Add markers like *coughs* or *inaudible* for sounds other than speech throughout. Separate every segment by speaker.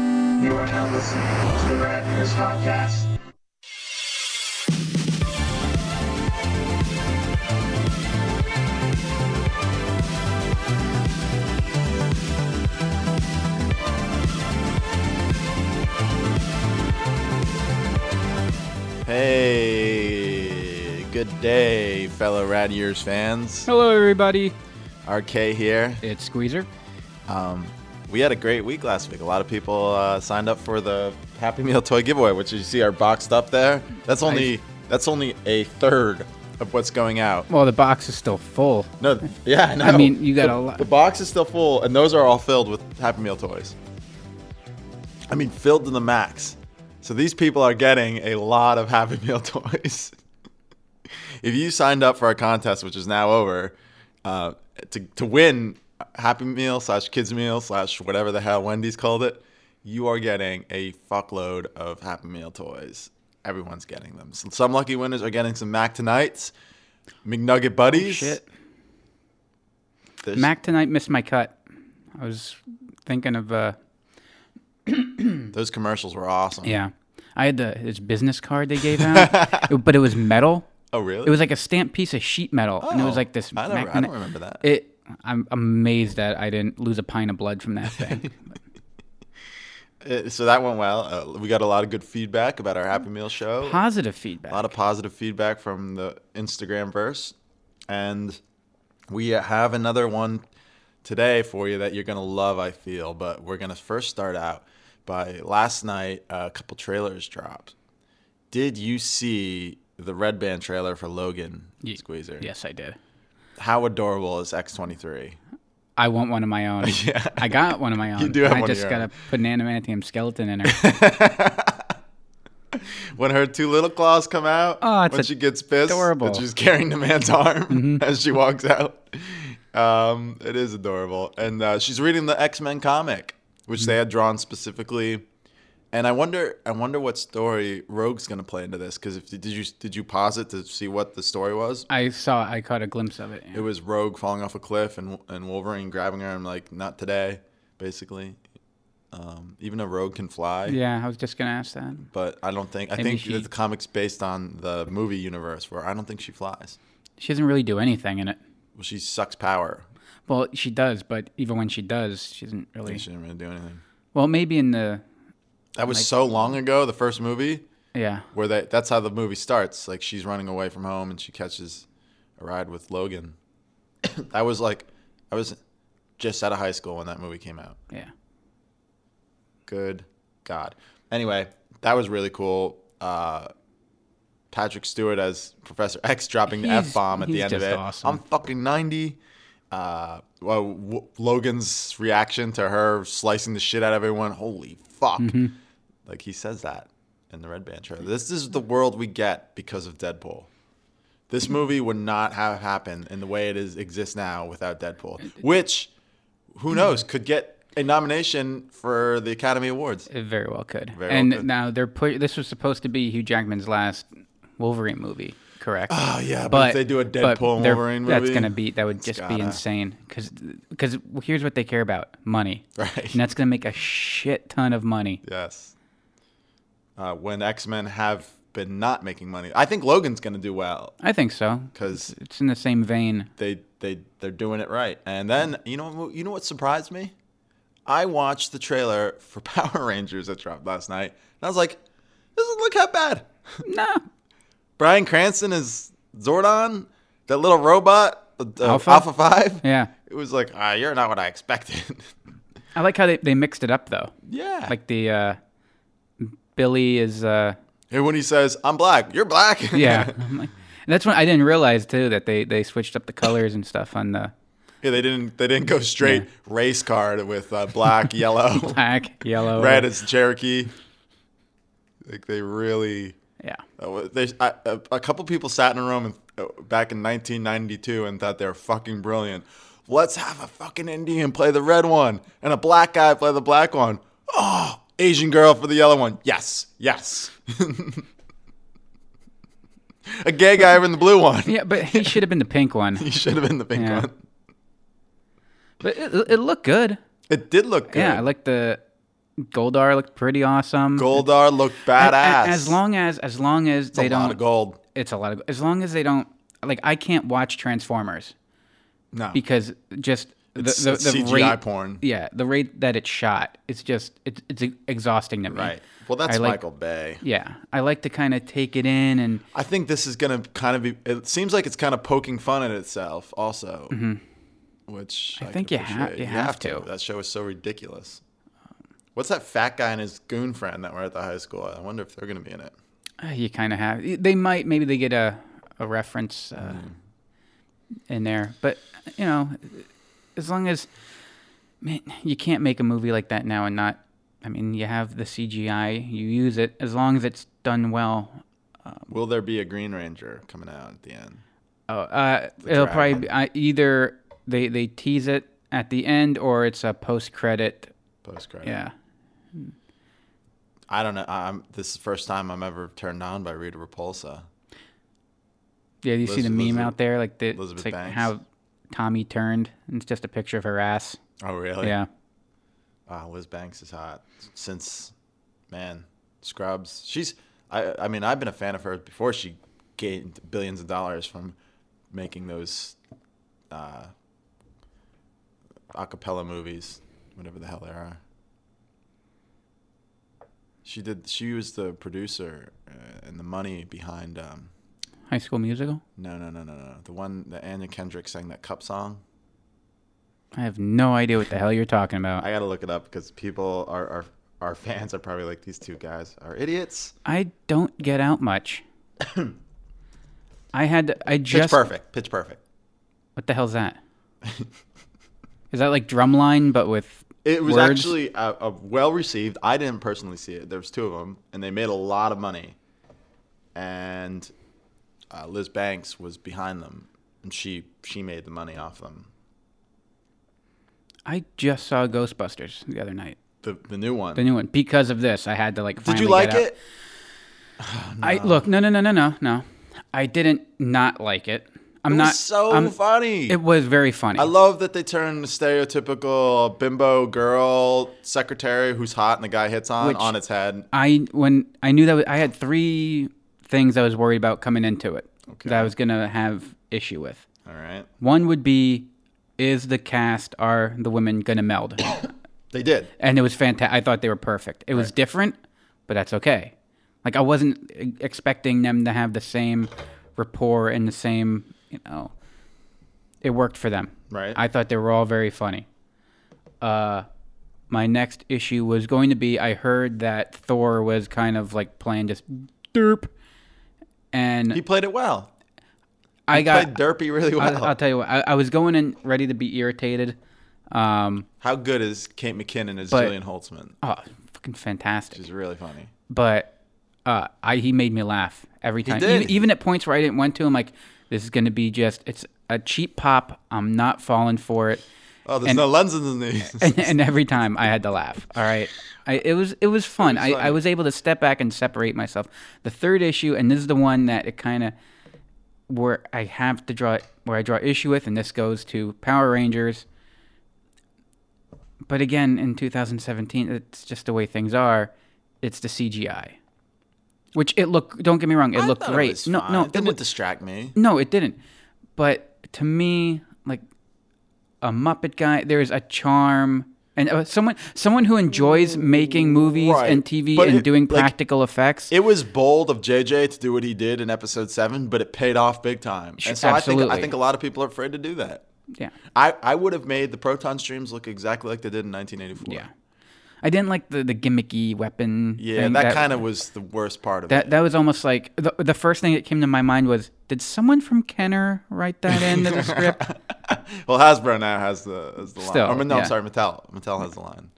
Speaker 1: are now listening to the Radness Podcast.
Speaker 2: Hey, good day, fellow Rad Years fans.
Speaker 3: Hello, everybody.
Speaker 2: RK here.
Speaker 3: It's Squeezer.
Speaker 2: We had a great week last week. A lot of people uh, signed up for the Happy Meal toy giveaway, which you see are boxed up there. That's only that's only a third of what's going out.
Speaker 3: Well, the box is still full.
Speaker 2: No, yeah, no.
Speaker 3: I mean, you got
Speaker 2: the,
Speaker 3: a lot-
Speaker 2: The box is still full, and those are all filled with Happy Meal toys. I mean, filled to the max. So these people are getting a lot of Happy *laughs* Meal toys. if you signed up for our contest, which is now over, uh, to to win Happy Meal slash Kids Meal slash whatever the hell Wendy's called it, you are getting a fuckload of Happy Meal toys. Everyone's getting them. So some lucky winners are getting some Mac Tonights, McNugget Buddies.
Speaker 3: Shit.
Speaker 2: This-
Speaker 3: Mac tonight missed my cut. I was thinking of, uh,
Speaker 2: Those commercials were awesome.
Speaker 3: yeah. I had the his business card they gave
Speaker 2: *laughs*
Speaker 3: out, It- but it was metal.
Speaker 2: Oh, really?
Speaker 3: It was like a stamped piece of sheet metal, and it
Speaker 2: Oh,
Speaker 3: was like this.
Speaker 2: I don't-
Speaker 3: Mac
Speaker 2: I don't
Speaker 3: Tonight-
Speaker 2: remember that.
Speaker 3: It. I'm amazed that I didn't lose a pint of blood from
Speaker 2: *laughs*
Speaker 3: that thing.
Speaker 2: Uh, so that went well. Uh, we got a lot of good feedback about our Happy Meal show.
Speaker 3: Positive
Speaker 2: a lot
Speaker 3: feedback.
Speaker 2: of positive feedback from the Instagram verse, and we have another one today for you that you're gonna love. I feel, but we're gonna first start out by last night. A couple trailers dropped. Did you see the Red Band trailer for Logan
Speaker 3: Ye-
Speaker 2: Squeezer?
Speaker 3: Yes, I did.
Speaker 2: How adorable is X23?
Speaker 3: I want one of my own.
Speaker 2: *laughs* Yeah.
Speaker 3: I got one
Speaker 2: *laughs*
Speaker 3: of my own.
Speaker 2: do have
Speaker 3: I
Speaker 2: one of
Speaker 3: just
Speaker 2: your
Speaker 3: gotta
Speaker 2: own.
Speaker 3: put an adamantium skeleton
Speaker 2: *laughs*
Speaker 3: in her.
Speaker 2: when her two little claws come out
Speaker 3: Oh, it's
Speaker 2: when she gets pissed
Speaker 3: adorable. Mm-hmm.
Speaker 2: that she's carrying the man's *laughs* arm as she walks out um, it is adorable and uh, she's reading the x-men comic which they had drawn specifically and i wonder i wonder what story rogue's going to play into this because if did you did you pause it to see what the story was
Speaker 3: I saw. I caught a glimpse of it. yeah.
Speaker 2: it was rogue falling off a cliff and, and wolverine grabbing her and like not today basically um, even a rogue can fly
Speaker 3: Yeah, I was just gonna ask that.
Speaker 2: but I don't think I
Speaker 3: Maybe
Speaker 2: think
Speaker 3: she-
Speaker 2: that the comic's based on the movie universe where I don't think she flies.
Speaker 3: She doesn't really do anything in it.
Speaker 2: Well, she sucks power.
Speaker 3: Well, she does, but even when she does, she doesn't really.
Speaker 2: She didn't really do anything.
Speaker 3: Well, maybe in the
Speaker 2: That was so long ago. The first movie
Speaker 3: yeah.
Speaker 2: where they that's how the movie starts. Like she's running away from home and she catches a ride with Logan. *coughs* I was like, I was just out of high school when that movie came out.
Speaker 3: Yeah.
Speaker 2: Good God. Anyway, that was really cool. Uh, Patrick Stewart as Professor X dropping the
Speaker 3: He's-
Speaker 2: F bomb at the
Speaker 3: he's
Speaker 2: end of
Speaker 3: just
Speaker 2: it.
Speaker 3: awesome.
Speaker 2: I'm fucking 90. Uh, well, w- Logan's reaction to her slicing the shit out of everyone. Holy fuck.
Speaker 3: Mm-hmm.
Speaker 2: Like he says that in the Red Band trailer. This is the world we get because of Deadpool. This movie would not have happened in the way it is exists now without Deadpool, which who knows could get a nomination for the Academy Awards.
Speaker 3: It very well could.
Speaker 2: Very well
Speaker 3: and
Speaker 2: could.
Speaker 3: now they're put. This was supposed to be Hugh Jackman's last Wolverine movie, correct?
Speaker 2: Oh yeah, but,
Speaker 3: but
Speaker 2: if they do a
Speaker 3: but
Speaker 2: Deadpool and
Speaker 3: they're-
Speaker 2: Wolverine movie,
Speaker 3: That's gonna be that would just be
Speaker 2: gotta-
Speaker 3: insane because here's what they care about money
Speaker 2: *laughs* Right.
Speaker 3: and that's gonna make a shit ton of money
Speaker 2: yes. Uh, when X Men have been not making money, I think Logan's gonna do well
Speaker 3: I think so
Speaker 2: because
Speaker 3: it's in the same vein
Speaker 2: they they they're doing it right. And then you know what- you know what surprised me? I watched the trailer for *laughs* Power Rangers that dropped last night, and I was like, "This doesn't look that bad."
Speaker 3: nah
Speaker 2: Brian Cranston is Zordon, that little robot, uh, Alpha?
Speaker 3: Alpha?
Speaker 2: Five.
Speaker 3: yeah
Speaker 2: It was like, ah, you're not what I expected. *laughs*
Speaker 3: I like how they, they mixed it up though
Speaker 2: yeah.
Speaker 3: like the uh Billy is uh
Speaker 2: And when he says, "I'm black," you're black.
Speaker 3: yeah. *laughs* I'm like, and that's when I didn't realize too that they they switched up the colors and stuff on the
Speaker 2: *laughs* yeah. They didn't. They didn't go straight race card with uh, black, yellow,
Speaker 3: *laughs* black, yellow,
Speaker 2: red is Cherokee. Like they really.
Speaker 3: Yeah.
Speaker 2: Uh, well, they, I, a, a couple people sat in a room in, uh, back in 1992 and thought they were fucking brilliant. Let's have a fucking Indian play the red one and a black guy play the black one. Oh, Asian girl for the yellow one. Yes, yes. *laughs* a gay guy in the blue one. *laughs*
Speaker 3: Yeah, but he should have been the pink one.
Speaker 2: He should have been the pink
Speaker 3: Yeah.
Speaker 2: one.
Speaker 3: But it, it looked good.
Speaker 2: It did look good.
Speaker 3: Yeah, I like the Goldar looked pretty awesome.
Speaker 2: Goldar looked
Speaker 3: A- a-
Speaker 2: badass.
Speaker 3: As long as as long as
Speaker 2: it's
Speaker 3: they
Speaker 2: a
Speaker 3: don't
Speaker 2: lot of gold.
Speaker 3: it's a lot of as long as they don't like I can't watch Transformers
Speaker 2: No,
Speaker 3: because just the
Speaker 2: It's-
Speaker 3: the,
Speaker 2: it's
Speaker 3: the
Speaker 2: CGI
Speaker 3: rate,
Speaker 2: porn.
Speaker 3: Yeah, the rate that it's shot, it's just it's it's exhausting to me.
Speaker 2: right. Well, that's
Speaker 3: I like-
Speaker 2: Michael Bay.
Speaker 3: Yeah, I like to kind of take it in and
Speaker 2: I think this is gonna kind of be. It seems like it's kind of poking fun at itself, also. Which I,
Speaker 3: Mm-hmm. think
Speaker 2: can
Speaker 3: you ha-
Speaker 2: appreciate.
Speaker 3: you have to.
Speaker 2: That show is so ridiculous. What's that fat guy and his goon friend that were at the high school? I wonder if they're gonna be in it.
Speaker 3: uh, you kind of have they might maybe they get a a reference uh,
Speaker 2: Mm.
Speaker 3: in there, but you know, as long as man, you can't make a movie like that now and not. I mean, you have the CGI, you use it as long as it's done well.
Speaker 2: Will there be a Green Ranger coming out at the end?
Speaker 3: Oh, uh, it'll probably be, I either they they tease it at the end or it's a post credit.
Speaker 2: Post credit.
Speaker 3: Yeah,
Speaker 2: I don't know. I'm, this is the first time I'm ever turned on by Rita Repulsa.
Speaker 3: yeah. You see the meme
Speaker 2: Liz-
Speaker 3: out there, like the
Speaker 2: Elizabeth
Speaker 3: it's like
Speaker 2: Banks.
Speaker 3: how Tommy turned, and it's just a picture of her ass.
Speaker 2: Oh really?
Speaker 3: yeah,
Speaker 2: Wow, Liz Banks is hot. Since man, Scrubs. She's I I mean, I've been a fan of hers before she gained billions of dollars from making those uh acapella movies, whatever the hell they are. She did she was the producer uh, and the money behind um
Speaker 3: High School Musical.
Speaker 2: no, no, no, no, no. The one that Anna Kendrick sang that cup song.
Speaker 3: I have no idea what the hell you're talking about.
Speaker 2: I gotta look it up because people are, are our fans are probably like these two guys are idiots.
Speaker 3: I don't get out much. I had to, I
Speaker 2: Pitch
Speaker 3: just
Speaker 2: perfect. Pitch perfect.
Speaker 3: what the hell's that? Is that like drumline but with
Speaker 2: It was
Speaker 3: words?
Speaker 2: actually a, a well received. I didn't personally see it. There was two of them, and they made a lot of money. And uh, Liz Banks was behind them, and she she made the money off them.
Speaker 3: I just saw Ghostbusters the other night.
Speaker 2: The the new one.
Speaker 3: The new one because of this I had to like
Speaker 2: Did you
Speaker 3: finally
Speaker 2: like
Speaker 3: get out.
Speaker 2: it?
Speaker 3: I look, no no no no no no. I didn't not like it. I'm
Speaker 2: It
Speaker 3: not
Speaker 2: was so
Speaker 3: I'm-
Speaker 2: funny.
Speaker 3: It was very funny.
Speaker 2: I love that they turned the stereotypical bimbo girl secretary who's hot and the guy hits on
Speaker 3: Which-
Speaker 2: on its head.
Speaker 3: I when I knew that was, I had three things I was worried about coming into it
Speaker 2: Okay.
Speaker 3: that I was gonna have issue with.
Speaker 2: All right,
Speaker 3: One would be, is the cast are the women gonna meld? *coughs*
Speaker 2: they did.
Speaker 3: and it was fantastic. I thought they were perfect. It was different, but that's okay. Like I wasn't e- expecting them to have the same rapport and the same, you know. It worked for them.
Speaker 2: Right.
Speaker 3: I thought they were all very funny. Uh, my next issue was going to be I heard that Thor was kind of like playing just derp, and
Speaker 2: He played it well.
Speaker 3: I got
Speaker 2: Played Derpy really well.
Speaker 3: I'll, I'll tell you what. I, I was going in ready to be irritated. Um,
Speaker 2: How good is Kate McKinnon as
Speaker 3: But-
Speaker 2: Julian Holtzman?
Speaker 3: oh, fucking fantastic!
Speaker 2: She's really funny.
Speaker 3: But uh, I he made me laugh every time.
Speaker 2: did.
Speaker 3: Even, even at points where I didn't want to, I'm like, this is going to be just it's a cheap pop. I'm not falling for it.
Speaker 2: Oh, there's
Speaker 3: And-
Speaker 2: no lens in the *laughs* knees.
Speaker 3: And, and every time I had to laugh. All right, I, it was it was fun. I, I
Speaker 2: funny.
Speaker 3: was able to step back and separate myself. The third issue, and this is the one that it kind of where I have to draw where I draw issue with, and this goes to Power Rangers. But again, in 2017, it's just the way things are. It's the CGI, which it look. Don't get me wrong, it
Speaker 2: I
Speaker 3: looked
Speaker 2: thought it
Speaker 3: great.
Speaker 2: was
Speaker 3: no,
Speaker 2: fine.
Speaker 3: no,
Speaker 2: it didn't
Speaker 3: looked-
Speaker 2: distract me.
Speaker 3: no, it didn't. But to me, like a Muppet guy, there's a charm and uh, someone someone who enjoys making movies
Speaker 2: Right.
Speaker 3: and TV
Speaker 2: But
Speaker 3: and
Speaker 2: it-
Speaker 3: doing
Speaker 2: like,
Speaker 3: practical effects.
Speaker 2: It was bold of JJ to do what he did in episode seven, but it paid off big time.
Speaker 3: Sure,
Speaker 2: And so I think, I
Speaker 3: absolutely.
Speaker 2: think a lot of people are afraid to do that.
Speaker 3: yeah,
Speaker 2: I, I would have made the proton streams look exactly like they did in 1984.
Speaker 3: yeah. I didn't like the, the gimmicky weapon.
Speaker 2: Yeah,
Speaker 3: thing.
Speaker 2: that, kind of was the worst part of
Speaker 3: that
Speaker 2: it. *laughs*
Speaker 3: that was almost like the the first thing that came to my mind was, did someone from Kenner write that
Speaker 2: *laughs*
Speaker 3: into the script?
Speaker 2: Well, Hasbro now has the, has the
Speaker 3: Still,
Speaker 2: line. Or, no,
Speaker 3: yeah. Um,
Speaker 2: I'm sorry, Mattel. Mattel has the line.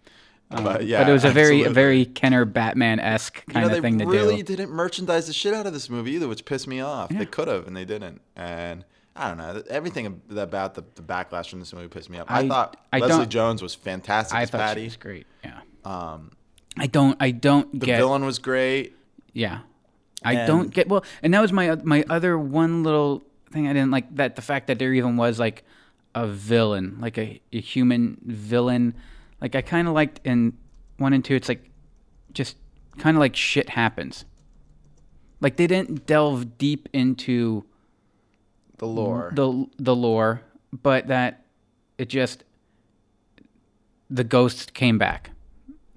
Speaker 2: but yeah,
Speaker 3: but it was a very a
Speaker 2: absolutely.
Speaker 3: very Kenner Batman esque kind
Speaker 2: you know,
Speaker 3: of thing
Speaker 2: they
Speaker 3: to
Speaker 2: really
Speaker 3: do.
Speaker 2: didn't merchandise the shit out of this movie either, which pissed me off. They could have, and they didn't. And I don't know. Everything about the, the backlash from this movie pissed me off. I,
Speaker 3: I-
Speaker 2: thought
Speaker 3: I
Speaker 2: Leslie
Speaker 3: don't-
Speaker 2: Jones was fantastic
Speaker 3: I
Speaker 2: as
Speaker 3: thought she
Speaker 2: Patty.
Speaker 3: was great. Yeah. Um, I don't I don't
Speaker 2: The
Speaker 3: get
Speaker 2: villain was great.
Speaker 3: Yeah, I don't get well, and that was my my other one little thing I didn't like that the fact that there even was like a villain, like a, a human villain. Like I kind of liked in one and two, it's like just kind of like shit happens. Like they didn't delve deep into
Speaker 2: The lore.
Speaker 3: the the lore, but that it just the ghosts came back.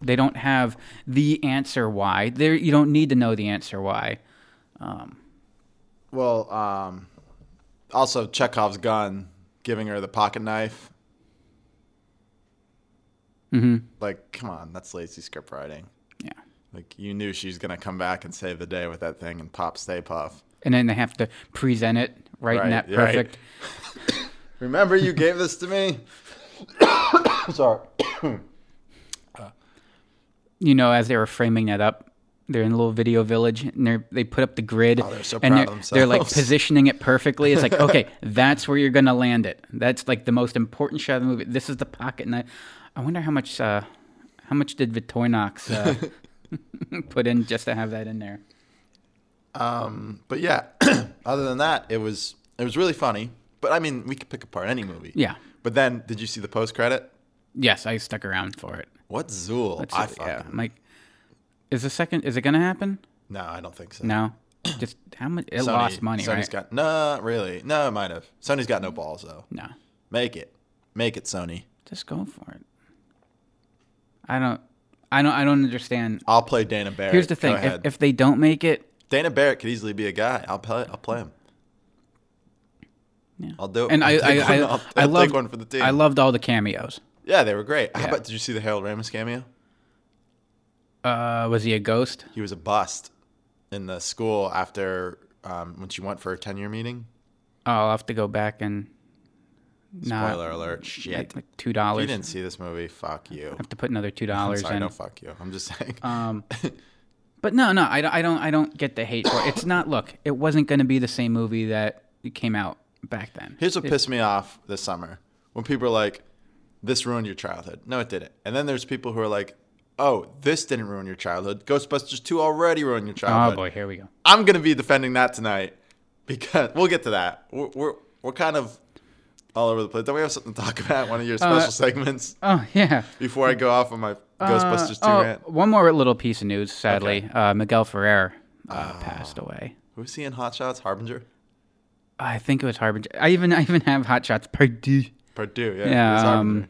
Speaker 3: They don't have the answer why. There, you don't need to know the answer why.
Speaker 2: well, um, also Chekhov's gun, giving her the pocket knife. Mm-hmm. Like, come on, that's lazy script writing.
Speaker 3: Yeah,
Speaker 2: Like, you knew she was gonna come back and save the day with that thing and pop Stay Puff.
Speaker 3: and then they have to present it right,
Speaker 2: Right,
Speaker 3: in that
Speaker 2: right.
Speaker 3: perfect.
Speaker 2: Remember, you gave this to me. *coughs* Sorry. *coughs*
Speaker 3: You know, as they were framing that up, they're in a little video village, and they they put up the grid,
Speaker 2: Oh, they're so
Speaker 3: and
Speaker 2: proud
Speaker 3: they're
Speaker 2: of
Speaker 3: they're like
Speaker 2: themselves. *laughs*
Speaker 3: positioning it perfectly. It's like, okay, that's where you're gonna land it. That's like the most important shot of the movie. This is the pocket knife. I wonder how much uh, how much did Victorinox uh,
Speaker 2: *laughs*
Speaker 3: put in just to have that in there.
Speaker 2: But yeah, *coughs* other than that, it was it was really funny. But I mean, we could pick apart any movie.
Speaker 3: Yeah.
Speaker 2: But then, did you see the post credit?
Speaker 3: Yes, I stuck around for it.
Speaker 2: What Zool? I fucking
Speaker 3: yeah, I'm like, is the second? Is it gonna happen?
Speaker 2: no, I don't think so.
Speaker 3: No. Just how much? It
Speaker 2: Sony-
Speaker 3: lost money,
Speaker 2: Sony's
Speaker 3: right?
Speaker 2: got no, really, no, it might have. Sony's got no balls though.
Speaker 3: no.
Speaker 2: Make it, make it, Sony.
Speaker 3: Just go for it. I don't. I don't. I don't understand.
Speaker 2: I'll play Dana Barrett.
Speaker 3: Here's the
Speaker 2: Go
Speaker 3: thing:
Speaker 2: ahead.
Speaker 3: if, if they don't make it,
Speaker 2: Dana Barrett could easily be a guy. I'll play. I'll play him.
Speaker 3: Yeah.
Speaker 2: I'll do it.
Speaker 3: and I,
Speaker 2: I'll
Speaker 3: I,
Speaker 2: take one- *laughs*
Speaker 3: I,
Speaker 2: I'll-
Speaker 3: I
Speaker 2: I'll take
Speaker 3: loved
Speaker 2: one for the team.
Speaker 3: I loved all the cameos.
Speaker 2: yeah, they were great. How
Speaker 3: Yeah.
Speaker 2: about did you see the Harold Ramis cameo?
Speaker 3: Uh, was he a ghost?
Speaker 2: He was a bust in the school after um, when she went for a tenure meeting.
Speaker 3: Oh, I'll have to go back and. Nah,
Speaker 2: Spoiler alert. Shit.
Speaker 3: like, like two
Speaker 2: If you
Speaker 3: dollars.
Speaker 2: didn't
Speaker 3: Have
Speaker 2: see this movie, fuck you.
Speaker 3: to put another two
Speaker 2: *laughs* I'm
Speaker 3: dollars
Speaker 2: sorry,
Speaker 3: in.
Speaker 2: no, fuck you. I'm just *laughs* saying.
Speaker 3: Um, but no, no, I, don't- I don't, I don't get the hate for it. It's not. Look, it wasn't going to be the same movie that came out back then.
Speaker 2: Here's what pissed me off this summer when people are like, this ruined your childhood. No, it didn't. And then there's people who are like, oh, this didn't ruin your childhood. Ghostbusters 2 already ruined your
Speaker 3: Oh
Speaker 2: childhood.
Speaker 3: boy, here we go.
Speaker 2: I'm going to be defending that tonight because we'll get to that. We're, we're, we're kind of all over the place. Don't we have something to talk about? One of your
Speaker 3: Uh,
Speaker 2: special segments
Speaker 3: Oh *laughs* yeah.
Speaker 2: before I go off on my Ghostbusters 2
Speaker 3: Oh,
Speaker 2: rant.
Speaker 3: one more little piece of news. Sadly, uh, Miguel Ferrer uh,
Speaker 2: Ah.
Speaker 3: passed away.
Speaker 2: Who's seeing Hot Shots? Harbinger?
Speaker 3: I think it was Harbinger. I even, I even have Hot Shots Pardue.
Speaker 2: Purdue, yeah.
Speaker 3: Yeah,
Speaker 2: it's
Speaker 3: um,
Speaker 2: Harbinger.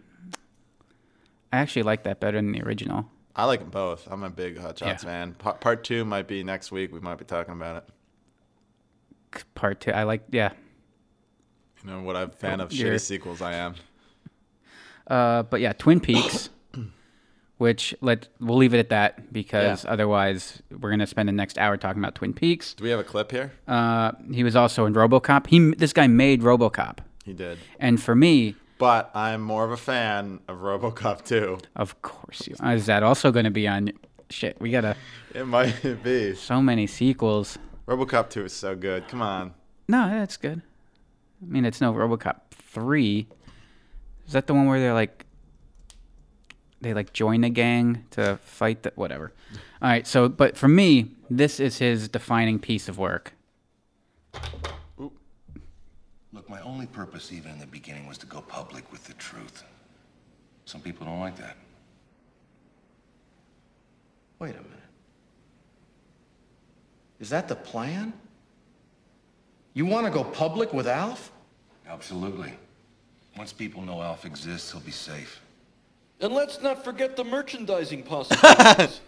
Speaker 3: I actually like that better than the original.
Speaker 2: I like them both. I'm a big Hot Shots
Speaker 3: Yeah.
Speaker 2: fan. Pa- part two might be next week. We might be talking about it.
Speaker 3: Part two, I like. Yeah,
Speaker 2: You know what a fan of
Speaker 3: Oh, You're-
Speaker 2: shitty sequels I am.
Speaker 3: uh, but yeah,
Speaker 2: *coughs*
Speaker 3: Twin Peaks, which let we'll leave it at that because otherwise we're gonna spend the next hour talking about Twin Peaks.
Speaker 2: Do we have a clip here?
Speaker 3: Uh, he was also in RoboCop. He this guy made RoboCop,
Speaker 2: He did.
Speaker 3: and for me,
Speaker 2: But I'm more of a fan of RoboCop 2.
Speaker 3: of course, you, is that also gonna be on? Shit, we gotta
Speaker 2: It might *laughs* be.
Speaker 3: so many sequels.
Speaker 2: RoboCop 2 is so good. Come on.
Speaker 3: No, that's good. I mean, it's no RoboCop three. Is that the one where they're like, they like join a gang to fight the whatever? All right. So, but for me, this is his defining piece of work.
Speaker 4: Look, my only purpose, even in the beginning, was to go public with the truth. Some people don't like that.
Speaker 5: Wait a minute. Is that the plan? You want to go public with Alf?
Speaker 4: Absolutely. Once people know Alf exists, he'll be safe.
Speaker 6: And let's not forget the merchandising possibilities.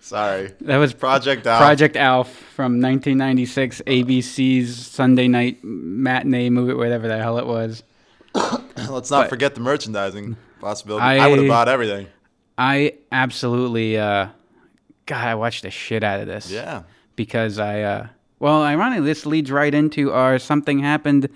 Speaker 2: Sorry.
Speaker 3: That was
Speaker 2: Project Alf.
Speaker 3: Project Alf from 1996, ABC's Sunday night matinee movie, whatever the hell it was.
Speaker 2: Let's not forget the
Speaker 3: *laughs*
Speaker 2: merchandising possibility. I,
Speaker 3: I-
Speaker 2: would have bought everything.
Speaker 3: I absolutely, uh, God, I watched the shit out of this.
Speaker 2: Yeah.
Speaker 3: because I uh well ironically this leads right into our something happened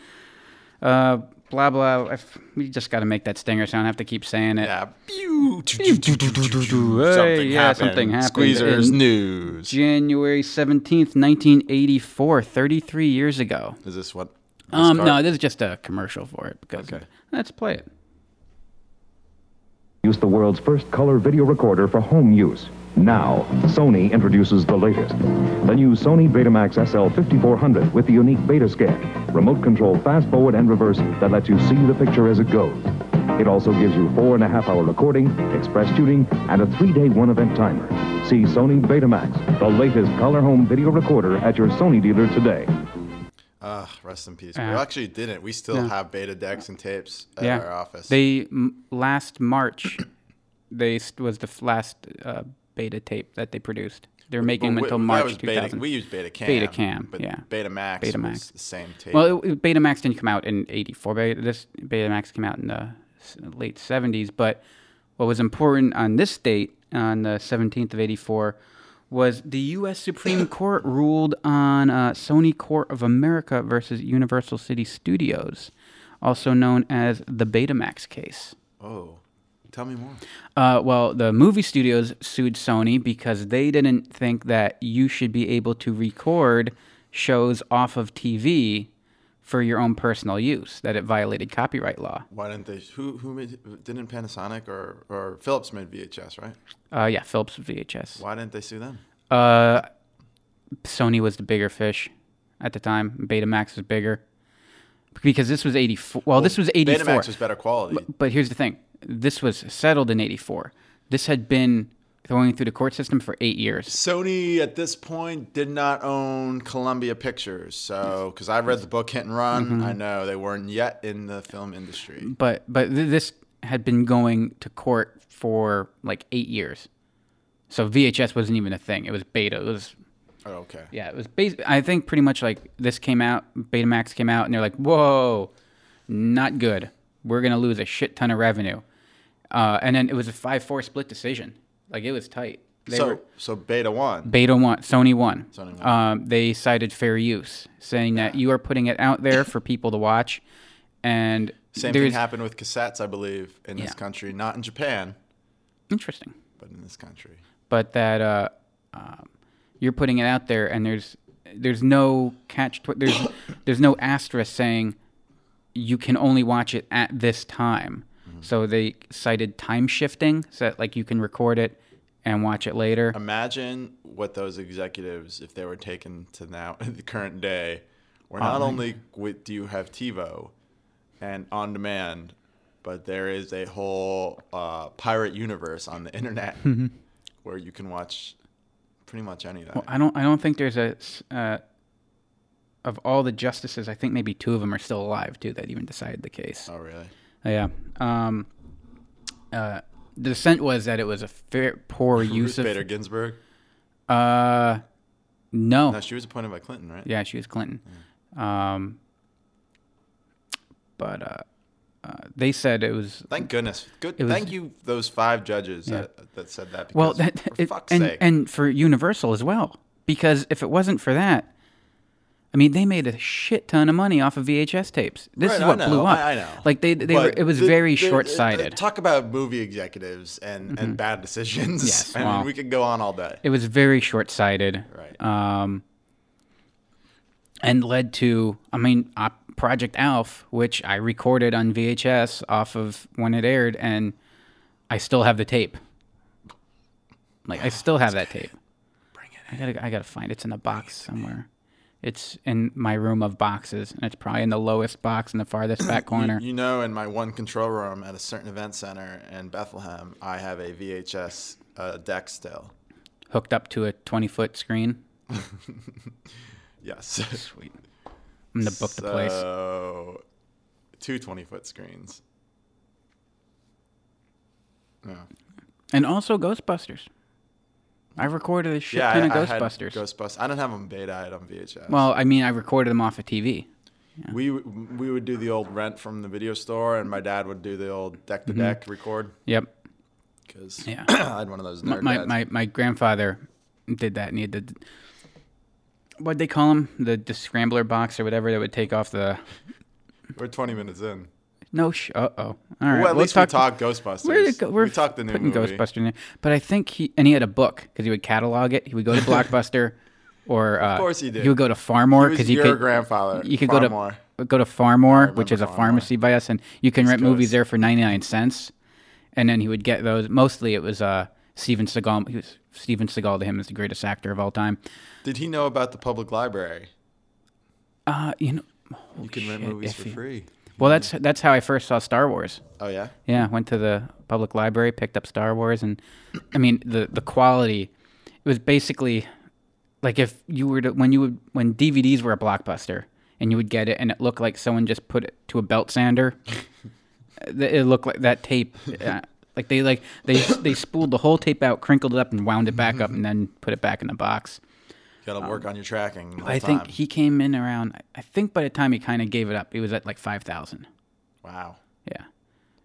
Speaker 3: uh blah blah I f- we just got to make that stinger sound I have to keep saying it
Speaker 2: Yeah.
Speaker 3: Hey,
Speaker 2: something
Speaker 3: yeah,
Speaker 2: happened.
Speaker 3: something happened
Speaker 2: Squeezers
Speaker 3: in-
Speaker 2: news.
Speaker 3: January 17th 1984 33 years ago
Speaker 2: Is this what?
Speaker 3: um
Speaker 2: this
Speaker 3: no
Speaker 2: card?
Speaker 3: this is just a commercial for it because
Speaker 2: Okay.
Speaker 3: let's play it
Speaker 7: used the world's first color video recorder for home use. Now, Sony introduces the latest. The new Sony Betamax SL5400 with the unique beta scan, remote control fast forward and reverse that lets you see the picture as it goes. It also gives you four and a half hour recording, express shooting, and a three day one event timer. See Sony Betamax, the latest color home video recorder at your Sony dealer today.
Speaker 2: ah, Rest in peace. we actually didn't. We still have beta decks and tapes at
Speaker 3: yeah.
Speaker 2: our office.
Speaker 3: They m-
Speaker 2: *clears throat*
Speaker 3: last March, they st- was the f- last uh, beta tape that they produced. They're making them
Speaker 2: But we-
Speaker 3: until
Speaker 2: that
Speaker 3: March
Speaker 2: was
Speaker 3: 2000.
Speaker 2: beta, we used beta cam.
Speaker 3: Beta Cam,
Speaker 2: but
Speaker 3: yeah.
Speaker 2: Betamax,
Speaker 3: Beta
Speaker 2: was
Speaker 3: Max.
Speaker 2: the same tape.
Speaker 3: Well, it, it, Betamax didn't come out in '84. Beta, this Betamax came out in the s- late '70s. But what was important on this date, on the 17th of '84, was the U.S. Supreme Court ruled on uh, Sony Court of America versus Universal City Studios, also known as the Betamax case.
Speaker 2: oh, tell me more.
Speaker 3: Uh, well, the movie studios sued Sony because they didn't think that you should be able to record shows off of TV for your own personal use, that it violated copyright law.
Speaker 2: Why didn't they? Who who made? Didn't Panasonic or or Philips made VHS right?
Speaker 3: Uh, yeah, Philips VHS.
Speaker 2: Why didn't they sue them?
Speaker 3: Sony was the bigger fish at the time, Betamax was bigger. Because this was 84. Well, this was 84.
Speaker 2: Betamax was better quality.
Speaker 3: But here's the thing: this was settled in '84. This had been going through the court system for eight years.
Speaker 2: Sony at this point did not own Columbia Pictures, so because I read the book Hit and Run,
Speaker 3: Mm-hmm.
Speaker 2: I know they weren't yet in the film industry.
Speaker 3: But but th- this had been going to court for like eight years. So VHS wasn't even a thing. It was beta. It was
Speaker 2: Oh, okay,
Speaker 3: yeah. It was bas- I think pretty much like this came out. Betamax came out, and they're like, "Whoa, not good. We're gonna lose a shit ton of revenue." Uh, and then it was a five-four split decision. Like it was tight. They
Speaker 2: so
Speaker 3: were-
Speaker 2: so Beta One.
Speaker 3: Beta one, Sony one.
Speaker 2: Sony won.
Speaker 3: Um, they cited fair use, saying that you are putting it out there for people to watch, and
Speaker 2: Same
Speaker 3: there's
Speaker 2: thing happened with cassettes, I believe, in this
Speaker 3: Yeah.
Speaker 2: country, not in Japan,
Speaker 3: interesting,
Speaker 2: but in this country.
Speaker 3: but that uh, um, you're putting it out there, and there's there's no catch. Tw- there's there's no asterisk saying you can only watch it at this time. So they cited time shifting, so that like you can record it and watch it later.
Speaker 2: Imagine what those executives, if they were taken to now *laughs* the current day, where not only with, do you have TiVo and on demand, but there is a whole uh, pirate universe on the internet
Speaker 3: *laughs* Mm-hmm.
Speaker 2: where you can watch pretty much anything.
Speaker 3: I don't. I don't think there's a. s- Uh, of all the justices, I think maybe two of them are still alive too that even decided the case.
Speaker 2: oh, really?
Speaker 3: Yeah. Um, uh, the dissent was that it was a fair, poor
Speaker 2: Ruth
Speaker 3: use of.
Speaker 2: Bader Ginsburg.
Speaker 3: Uh, no.
Speaker 2: No, she was appointed by Clinton, right?
Speaker 3: Yeah, she was Clinton. Um, but uh, uh, they said it was
Speaker 2: Thank goodness. Good.
Speaker 3: was-
Speaker 2: thank you, those five judges that, that said that. Because,
Speaker 3: Well, that,
Speaker 2: for
Speaker 3: it-
Speaker 2: fuck's
Speaker 3: and,
Speaker 2: sake.
Speaker 3: and for Universal as well, because if it wasn't for that, I mean, they made a shit ton of money off of VHS tapes. This
Speaker 2: Right,
Speaker 3: is what
Speaker 2: I know,
Speaker 3: blew up.
Speaker 2: I, I know.
Speaker 3: Like they, they were,
Speaker 2: But
Speaker 3: it was
Speaker 2: the-
Speaker 3: very
Speaker 2: the- the-
Speaker 3: short-sighted. Mm-hmm.
Speaker 2: Talk about movie executives and, and bad decisions. *laughs*
Speaker 3: Yes,
Speaker 2: I mean,
Speaker 3: wow.
Speaker 2: we could go on all day.
Speaker 3: it was very short-sighted,
Speaker 2: Right.
Speaker 3: um, and led to, I mean, op- Project Alf, which I recorded on VHS off of when it aired, and I still have the tape. Like I still have that tape. I gotta, I gotta find. It's in a box somewhere. It's in my room of boxes, and it's probably in the lowest box in the farthest
Speaker 2: *clears throat*
Speaker 3: back corner.
Speaker 2: You know, in my one control room at a certain event center in Bethlehem, I have a VHS uh, deck still.
Speaker 3: Hooked up to a twenty-foot screen. *laughs*
Speaker 2: Yes.
Speaker 3: Sweet. I'm gonna book the place.
Speaker 2: So, two 20 foot screens.
Speaker 3: And also Ghostbusters. I recorded a shit
Speaker 2: Yeah,
Speaker 3: ton of
Speaker 2: I, I had
Speaker 3: Ghostbusters.
Speaker 2: Ghostbusters. I don't have them beta. I had them VHS.
Speaker 3: well, I mean, I recorded them off of TV.
Speaker 2: we we would do the old rent from the video store, and my dad would do the old deck to deck record.
Speaker 3: Yep.
Speaker 2: because *coughs*
Speaker 3: Mm-hmm. Yeah.
Speaker 2: *clears throat* I had one of those nerd
Speaker 3: my,
Speaker 2: dads.
Speaker 3: my my grandfather did that, and he did. What'd they call him? The, the scrambler box or whatever that would take off the.
Speaker 2: We're 20 minutes in.
Speaker 3: No, sh- uh oh. All right.
Speaker 2: Well, at
Speaker 3: we'll
Speaker 2: least
Speaker 3: talk-
Speaker 2: we talked Ghostbusters.
Speaker 3: Where did it go? We're
Speaker 2: we talked the new
Speaker 3: putting
Speaker 2: movie.
Speaker 3: Ghostbuster in there. But I think he and he had a book because he would catalog it. He would go
Speaker 2: *laughs*
Speaker 3: to Blockbuster, or uh, of
Speaker 2: course he did.
Speaker 3: He would go to Farmore
Speaker 2: He was
Speaker 3: because he,
Speaker 2: your
Speaker 3: could.
Speaker 2: grandfather,
Speaker 3: You could
Speaker 2: Farmore.
Speaker 3: go to go to Farmore, which is a
Speaker 2: Farmore.
Speaker 3: pharmacy by us, and you can rent
Speaker 2: coast.
Speaker 3: movies there for ninety nine cents. And then he would get those. Mostly it was uh, Steven Seagal. He was, Steven Seagal to him is the greatest actor of all time.
Speaker 2: Did he know about the public library?
Speaker 3: Uh, you know,
Speaker 2: You can rent
Speaker 3: shit,
Speaker 2: movies
Speaker 3: if
Speaker 2: for
Speaker 3: you-
Speaker 2: free.
Speaker 3: well, that's that's how I first saw Star Wars.
Speaker 2: Oh yeah.
Speaker 3: Yeah, went to the public library, picked up Star Wars, and I mean the the quality. It was basically like if you were to when you would when DVDs were a blockbuster and you would get it and it looked like someone just put it to a belt sander. *laughs* Th- it looked like that tape. uh, Like they like they they spooled the whole tape out, crinkled it up, and wound it back up, and then put it back in the box.
Speaker 2: Got to work on your tracking. the whole
Speaker 3: Um, I think
Speaker 2: time.
Speaker 3: he came in around. I think by the time he kind of gave it up, he was at like five thousand.
Speaker 2: Wow.
Speaker 3: Yeah,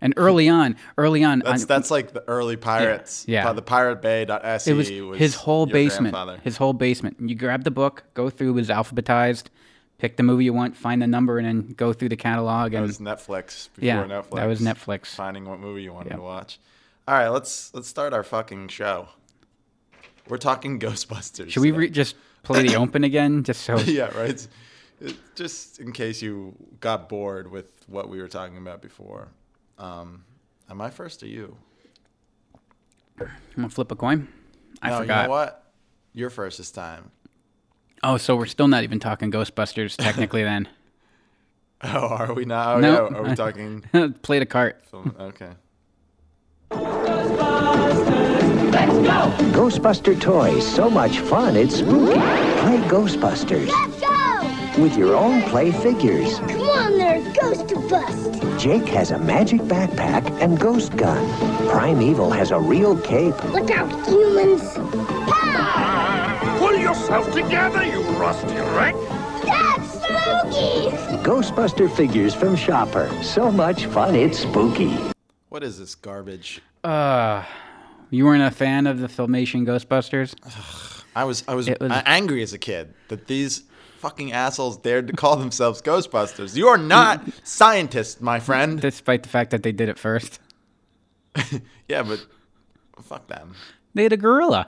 Speaker 3: and early on, early on,
Speaker 2: That's
Speaker 3: on-
Speaker 2: that's like the early pirates.
Speaker 3: yeah.
Speaker 2: Pi- The piratebay.se
Speaker 3: it was,
Speaker 2: E was
Speaker 3: his whole
Speaker 2: your
Speaker 3: basement.
Speaker 2: grandfather.
Speaker 3: His whole basement. You grab the book, go through, it was alphabetized, pick the movie you want, find the number, and then go through the catalog.
Speaker 2: That
Speaker 3: And
Speaker 2: was Netflix before
Speaker 3: Yeah,
Speaker 2: Netflix.
Speaker 3: that was Netflix.
Speaker 2: Finding what movie you wanted to watch. All right, let's let's start our fucking show. We're talking *laughs* Ghostbusters.
Speaker 3: should we
Speaker 2: today.
Speaker 3: re- just play the open again, just
Speaker 2: *laughs*
Speaker 3: so?
Speaker 2: yeah, right. It's- it- just in case you got bored with what we were talking about before. Um, am I first or you?
Speaker 3: I'm gonna flip a coin. I
Speaker 2: no,
Speaker 3: forgot.
Speaker 2: you know what? You're first this time. *laughs*
Speaker 3: Oh, so we're still not even talking Ghostbusters technically then. *laughs*
Speaker 2: Oh, are we now?
Speaker 3: No.
Speaker 2: Yeah, are
Speaker 3: *laughs*
Speaker 2: we talking?
Speaker 3: Played a cart.
Speaker 2: film? Okay.
Speaker 8: Ghostbuster toys, so much fun, it's spooky. Play Ghostbusters
Speaker 9: Let's go!
Speaker 8: with your own play figures.
Speaker 9: Come on there, ghost to bust!
Speaker 8: Jake has a magic backpack and ghost gun. Primeval has a real cape.
Speaker 9: Look out, humans!
Speaker 10: Pull yourself together, you rusty wreck!
Speaker 9: That's Smokey!
Speaker 8: Ghostbuster figures from Shopper, so much fun, it's spooky.
Speaker 2: What is this garbage?
Speaker 3: Uh, you weren't a fan of the filmation Ghostbusters?
Speaker 2: I was I was,
Speaker 3: It was-
Speaker 2: a- angry as a kid that these fucking assholes dared to call themselves Ghostbusters. You are not scientists, my friend.
Speaker 3: Despite the fact that they did it first.
Speaker 2: Yeah, but fuck them.
Speaker 3: They had a gorilla.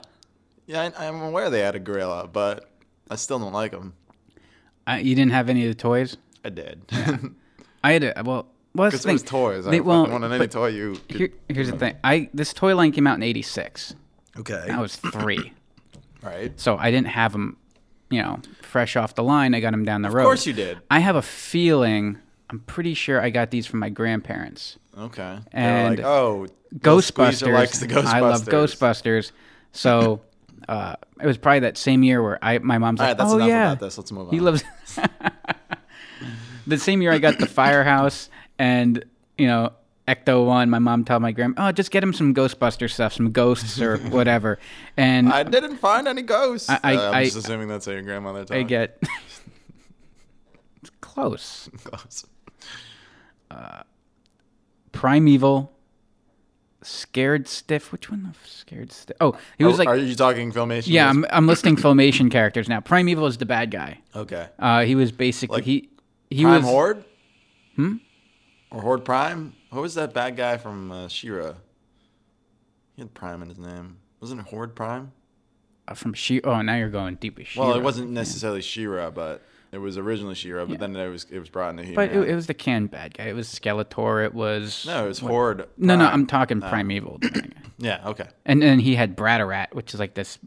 Speaker 2: Yeah, I, I'm aware they had a gorilla, but I still don't like them.
Speaker 3: I, you didn't have any of the toys?
Speaker 2: I did. *laughs*
Speaker 3: I had a, well, well
Speaker 2: Because
Speaker 3: that's the
Speaker 2: it was
Speaker 3: thing.
Speaker 2: toys. I
Speaker 3: They-
Speaker 2: fucking
Speaker 3: well,
Speaker 2: wanted any
Speaker 3: but
Speaker 2: toy you could.
Speaker 3: here- here's the thing. I This toy line came out in 86.
Speaker 2: okay.
Speaker 3: I was three.
Speaker 2: right.
Speaker 3: so I didn't have them, you know, fresh off the line. I got them down the road.
Speaker 2: Of course you did.
Speaker 3: I have a feeling, I'm pretty sure I got these from my grandparents.
Speaker 2: Okay. They were
Speaker 3: And
Speaker 2: like, oh, Bill Squeezer
Speaker 3: Ghostbusters.
Speaker 2: likes the Ghostbusters.
Speaker 3: I love Ghostbusters. So uh, it was probably that same year where I my mom's
Speaker 2: All
Speaker 3: like,
Speaker 2: right, that's
Speaker 3: "Oh
Speaker 2: enough
Speaker 3: yeah,
Speaker 2: about this. Let's move on.
Speaker 3: he loves." *laughs* the same year
Speaker 2: *coughs*
Speaker 3: I got the Firehouse and you know Ecto One. My mom told my grandma, "Oh, just get him some Ghostbuster stuff, some
Speaker 2: *laughs*
Speaker 3: ghosts or whatever." And
Speaker 2: I
Speaker 3: I,
Speaker 2: didn't find any ghosts.
Speaker 3: I- I-
Speaker 2: Uh, I'm
Speaker 3: I-
Speaker 2: just assuming that's how your grandmother talked.
Speaker 3: get *laughs* It's close.
Speaker 2: Ghosts.
Speaker 3: Primeval, Scared Stiff. Which one? Of scared Stiff. Oh, he was like.
Speaker 2: Are you talking filmation?
Speaker 3: yeah, I'm, I'm
Speaker 2: *coughs*
Speaker 3: listing Filmation characters now. Primeval is the bad guy.
Speaker 2: Okay.
Speaker 3: Uh, he was basically
Speaker 2: Like
Speaker 3: he he
Speaker 2: Prime
Speaker 3: was
Speaker 2: Horde? Hmm? Or Horde Prime? Who was that bad guy from uh, Shira? He had Prime in his name. Wasn't it Horde Prime?
Speaker 3: uh, from she. Oh, now you're going deep with she.
Speaker 2: Well, it wasn't necessarily Shira, but it was originally Shira. But then it was it was brought into here.
Speaker 3: But it, it was the canned bad guy. It was Skeletor. It was
Speaker 2: no, it was Horde.
Speaker 3: no, no.
Speaker 2: Prime.
Speaker 3: I'm talking Primeval. the bad guy.
Speaker 2: yeah. Okay.
Speaker 3: and then he had Bratarat, which is like this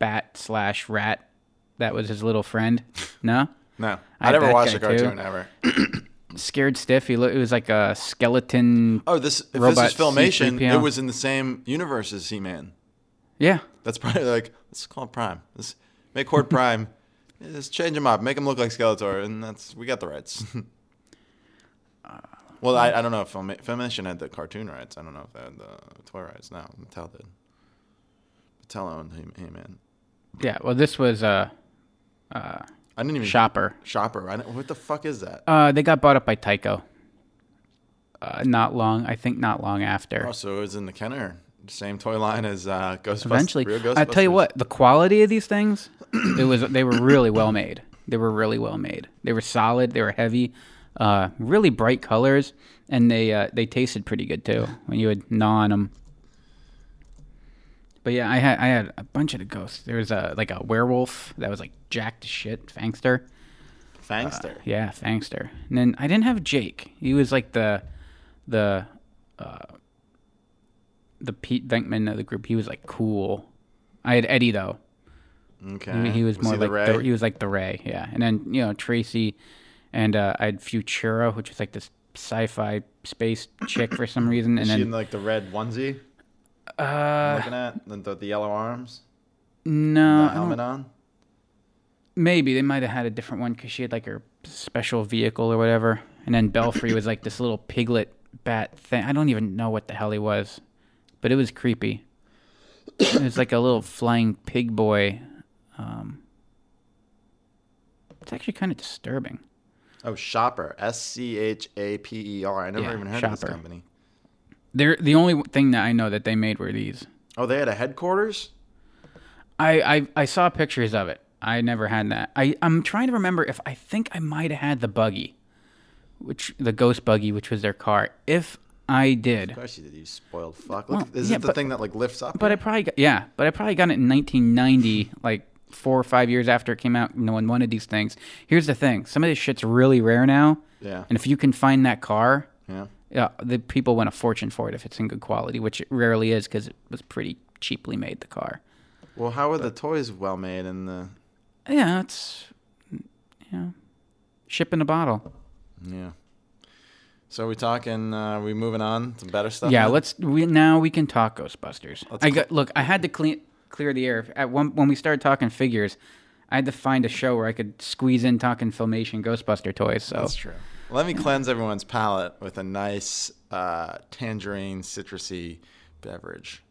Speaker 3: bat slash rat that was his little friend. No,
Speaker 2: No,
Speaker 3: I
Speaker 2: I,
Speaker 3: had
Speaker 2: never
Speaker 3: that
Speaker 2: watched a
Speaker 3: guy, too.
Speaker 2: cartoon ever.
Speaker 3: scared stiff. He lo- it was like a skeleton.
Speaker 2: Oh, this if this
Speaker 3: Robot
Speaker 2: is filmation.
Speaker 3: C3PO.
Speaker 2: It was in the same universe as He Man.
Speaker 3: Yeah,
Speaker 2: That's probably like let's call him Prime. Let's make
Speaker 3: *laughs*
Speaker 2: Horde Prime. Let's change him up. Make him look like Skeletor, and that's we got the
Speaker 3: *laughs*
Speaker 2: rights. well, I, I don't know if Film- Filmation had the cartoon rights. I don't know if they had the toy rights. No, Mattel did. Mattel owned He Man.
Speaker 3: yeah. Well, this was uh,
Speaker 2: I didn't even
Speaker 3: Shopper.
Speaker 2: Shopper. I don't, what the fuck is that?
Speaker 3: Uh, they got bought up by Tyco. Uh, not long, I think, not long after.
Speaker 2: oh, so it was in the Kenner, same toy line as uh, Ghostbusters.
Speaker 3: eventually
Speaker 2: real
Speaker 3: i tell you
Speaker 2: Ghostbusters.
Speaker 3: what the quality of these things it was they were really well made they were really well made they were solid they were heavy uh, really bright colors and they uh, they tasted pretty good too when you would gnaw on them but yeah i had i had a bunch of the ghosts there was a like a werewolf that was like jacked to shit fangster
Speaker 2: Fangster.
Speaker 3: yeah fangster and then i didn't have jake he was like the the uh, the Pete Venkman of the group. He was like cool. I had Eddie though.
Speaker 2: Uh, Okay.
Speaker 3: He, he was, more
Speaker 2: Mm-hmm. he
Speaker 3: like
Speaker 2: the Ray?
Speaker 3: the, he was like the Ray, yeah. And then you know Tracy, and uh, I had Futura, which was like this sci-fi space chick for some reason. And
Speaker 2: Is she in
Speaker 3: then
Speaker 2: like the red onesie? I'm
Speaker 3: uh,
Speaker 2: looking at and the, the yellow arms,
Speaker 3: no,
Speaker 2: the
Speaker 3: Uh, I don't-
Speaker 2: helmet on.
Speaker 3: maybe they might have had a different one because she had like her special vehicle or whatever. And then Belfry was like this little piglet bat thing. I don't even know what the hell he was, but it was creepy. it was like a little flying pig boy. Um, it's actually kind of disturbing.
Speaker 2: Oh, Shopper. S C H A P E R. I never
Speaker 3: Yeah,
Speaker 2: even heard of this
Speaker 3: Shopper.
Speaker 2: company.
Speaker 3: They're the only thing that I know that they made were these.
Speaker 2: Oh, they had a headquarters?
Speaker 3: I, I, I saw pictures of it. I never had that. I, I'm trying to remember if I think I might have had the buggy, which the ghost buggy, which was their car. If I did,
Speaker 2: Of course you did, you spoiled fuck.
Speaker 3: Well,
Speaker 2: Look, is
Speaker 3: yeah,
Speaker 2: it the
Speaker 3: but-
Speaker 2: thing that like lifts up?
Speaker 3: but I probably got, yeah, but I probably got it in 1990, like four or five years after it came out. No one wanted these things. Here's the thing: some of this shit's really rare now.
Speaker 2: Yeah.
Speaker 3: And if you can find that car,
Speaker 2: yeah.
Speaker 3: yeah, the people want a fortune for it if it's in good quality, which it rarely is because it was pretty cheaply made. The car.
Speaker 2: Well, how are the toys well made and the
Speaker 3: Yeah, it's you know, ship in a bottle.
Speaker 2: yeah? So are we talking? Uh, are we moving on to better stuff?
Speaker 3: Yeah,
Speaker 2: now?
Speaker 3: let's we now we can talk Ghostbusters.
Speaker 2: Let's
Speaker 3: I
Speaker 2: cl-
Speaker 3: got look, I had to clean clear the air at one when we started talking figures. I had to find a show where I could squeeze in talking filmation Ghostbuster toys. So
Speaker 2: That's true. Let me cleanse everyone's palate with a nice uh, tangerine citrusy beverage.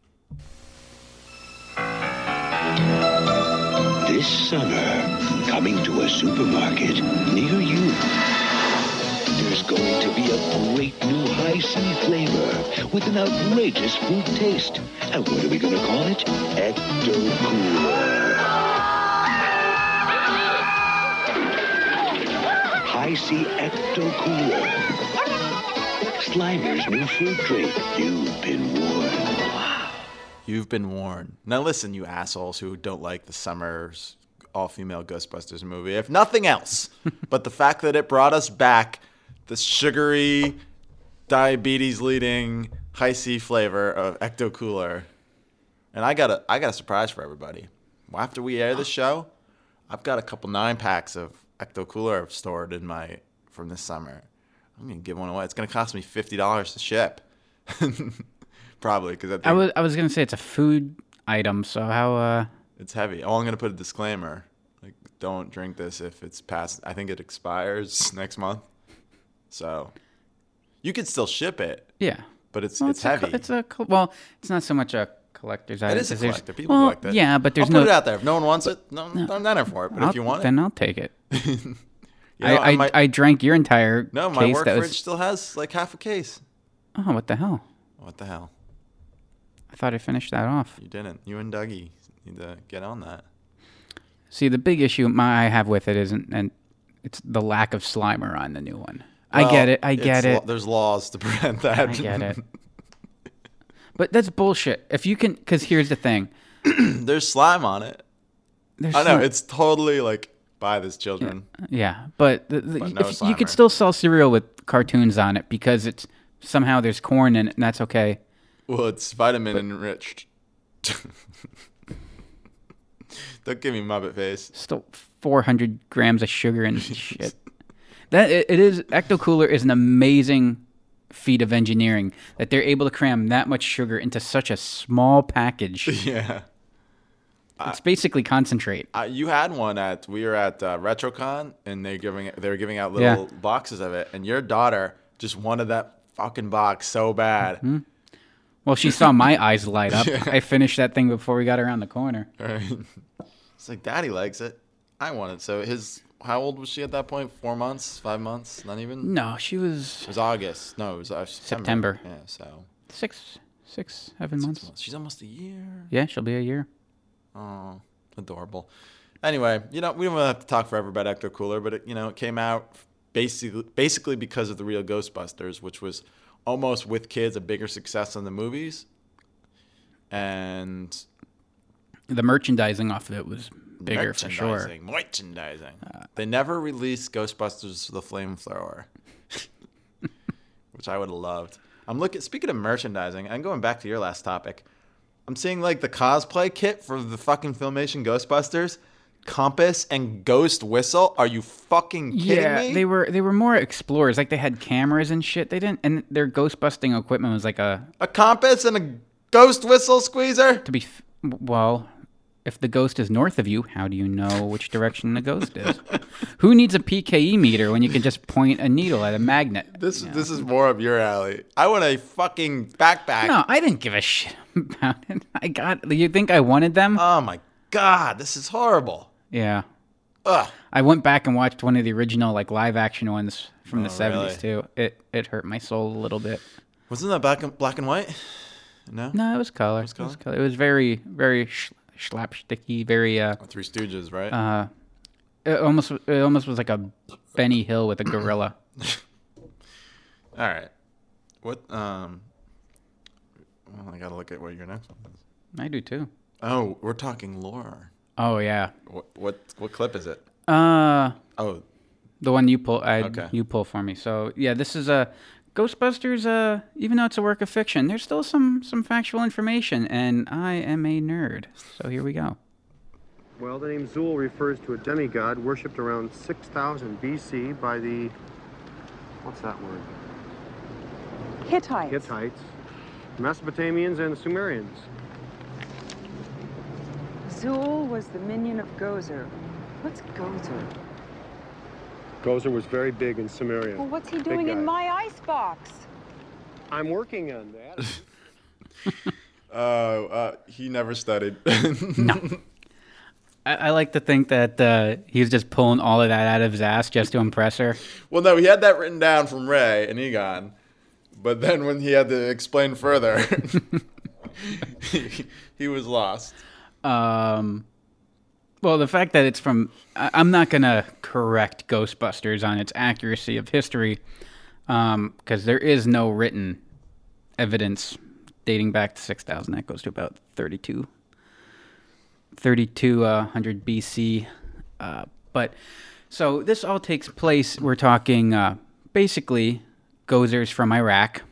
Speaker 11: This summer, coming to a supermarket near you. There's going to be a great new high C flavor with an outrageous fruit taste. And what are we going to call it? Ecto Cooler. High C Ecto Cooler. Slimer's new fruit drink. You've been warned.
Speaker 2: You've been warned. Now listen, you assholes who don't like the summer's all-female Ghostbusters movie. If nothing else, but the fact that it brought us back the sugary, diabetes-leading high C flavor of Ecto Cooler. And I got a I got a surprise for everybody. Well, After we air the show, I've got a couple nine packs of Ecto Cooler I've stored in my from this summer. I'm gonna give one away. It's gonna cost me fifty dollars to ship, *laughs* probably because I, think
Speaker 3: I was I was gonna say it's a food item, so how uh
Speaker 2: it's heavy. Oh, I'm gonna put a disclaimer. Like, don't drink this if it's past. I think it expires *laughs* next month. So, you could still ship it,
Speaker 3: yeah.
Speaker 2: but it's
Speaker 3: Well,
Speaker 2: it's,
Speaker 3: a
Speaker 2: heavy.
Speaker 3: co- it's a col- well, it's not so much a collector's item.
Speaker 2: it is a
Speaker 3: 'cause there's-
Speaker 2: collector. People
Speaker 3: well,
Speaker 2: collect it.
Speaker 3: Yeah, but there's
Speaker 2: I'll
Speaker 3: no
Speaker 2: put it out there. If no one wants it, no, I'm not in for it. But
Speaker 3: I'll-
Speaker 2: if you want
Speaker 3: then
Speaker 2: it,
Speaker 3: I'll take it.
Speaker 2: you know,
Speaker 3: I, I,
Speaker 2: might-
Speaker 3: I drank your entire
Speaker 2: no, my
Speaker 3: case
Speaker 2: work
Speaker 3: that
Speaker 2: fridge
Speaker 3: was
Speaker 2: still has like half a case.
Speaker 3: Oh, what the hell?
Speaker 2: What the hell?
Speaker 3: I thought I finished that off.
Speaker 2: You didn't. You and Dougie need to get on that.
Speaker 3: See, the big issue my I have with it isn't, and it's the lack of Slimer on the new one. I get
Speaker 2: Well,
Speaker 3: it. I get
Speaker 2: it's
Speaker 3: it.
Speaker 2: law- there's laws to *laughs* prevent that.
Speaker 3: I get it. but that's bullshit. If you can, because here's the thing.
Speaker 2: *laughs* there's slime on it.
Speaker 3: There's
Speaker 2: I
Speaker 3: *laughs*
Speaker 2: know.
Speaker 3: some-
Speaker 2: It's totally like buy this, children.
Speaker 3: yeah, but, the, the,
Speaker 2: But no
Speaker 3: if- you
Speaker 2: Slimer.
Speaker 3: could still sell cereal with cartoons on it because it's somehow there's corn in it, and that's okay.
Speaker 2: Well, it's vitamin enriched. *laughs* Don't give me Muppet face.
Speaker 3: Still 400 grams of sugar and shit. That it, it is. Ecto Cooler is an amazing feat of engineering that they're able to cram that much sugar into such a small package.
Speaker 2: Yeah.
Speaker 3: It's basically concentrate.
Speaker 2: Uh, you had one at we were at uh, RetroCon and they giving they were giving out little
Speaker 3: Yeah.
Speaker 2: boxes of it and your daughter just wanted that fucking box so bad.
Speaker 3: Mm-hmm. Well, she saw my eyes light up. I finished that thing before we got around the corner.
Speaker 2: Right. It's like daddy likes it. I want it. So his how old was she at that point? 4 months, 5 months, not even.
Speaker 3: No, she was
Speaker 2: It was August. No, it was uh, September.
Speaker 3: September.
Speaker 2: Yeah, so
Speaker 3: six, six, seven months.
Speaker 2: she's almost a year.
Speaker 3: Yeah, she'll be a year.
Speaker 2: Oh, adorable. Anyway, you know, we don't really have to talk forever about Ecto Cooler, but it, you know, it came out basically basically because of the real Ghostbusters, which was almost with kids a bigger success than the movies. And
Speaker 3: The merchandising off of it was bigger for sure. Uh,
Speaker 2: merchandising, merchandising. they never released Ghostbusters: The Flamethrower, *laughs* which I would have loved. I'm looking. Speaking of merchandising, I'm going back to your last topic. I'm seeing like the cosplay kit for the fucking filmation Ghostbusters, compass and ghost whistle. Are you fucking kidding
Speaker 3: yeah,
Speaker 2: me?
Speaker 3: they were they were more explorers. Like they had cameras and shit. They didn't, and their ghost busting equipment was like a
Speaker 2: a compass and a ghost whistle squeezer.
Speaker 3: to be f- well. If the ghost is north of you, how do you know which direction the
Speaker 2: *laughs*
Speaker 3: ghost is? Who needs a PKE meter when you can just point a needle at a magnet?
Speaker 2: This this is more up your alley. I want a fucking backpack.
Speaker 3: No, I didn't give a shit about it. *laughs* I got. You think I wanted them?
Speaker 2: Oh my god, this is horrible.
Speaker 3: yeah.
Speaker 2: Ugh.
Speaker 3: I went back and watched one of the original like live action ones
Speaker 2: Oh,
Speaker 3: from the seventies too. It it hurt my soul a little bit.
Speaker 2: Wasn't that back in black and white? No.
Speaker 3: No, it was color. It was color. It was, very very sh- slapsticky. Very uh,
Speaker 2: Three Stooges, right?
Speaker 3: uh, it almost it almost was like a Benny Hill *coughs* with a gorilla.
Speaker 2: All right. What? Um. Well, I gotta look at what your next one is.
Speaker 3: I do too.
Speaker 2: Oh, we're talking lore.
Speaker 3: Oh yeah.
Speaker 2: What? What? What clip is it?
Speaker 3: Uh,
Speaker 2: Oh,
Speaker 3: the one you pull, I
Speaker 2: Okay.
Speaker 3: you pull for me. So yeah, this is a Ghostbusters. Uh, even though it's a work of fiction, there's still some some factual information, and I am a nerd. So here we go.
Speaker 12: Well, the name Zul refers to a demigod worshipped around 6000 BC by the. What's that word?
Speaker 13: Hittite.
Speaker 12: Hittites, Mesopotamians, and Sumerians.
Speaker 13: Zul was the minion of Gozer. What's Gozer?
Speaker 12: Gozer was very big in Samaria.
Speaker 13: Well, what's he
Speaker 12: Big
Speaker 13: doing in
Speaker 12: guy.
Speaker 13: my icebox?
Speaker 12: I'm working on that.
Speaker 2: Oh, uh, he never studied. *laughs*
Speaker 3: I, I like to think that uh, he was just pulling all of that out of his ass just to impress her.
Speaker 2: well, no, he had that written down from Ray and Egon, but then when he had to explain further, *laughs* he, he was lost.
Speaker 3: Um, well, the fact that it's from, I, I'm not going to correct Ghostbusters on its accuracy of history because there is no written evidence dating back to 6000. That goes to about 32, 3200 BC. Uh, but so this all takes place, we're talking uh, basically Gozers from Iraq.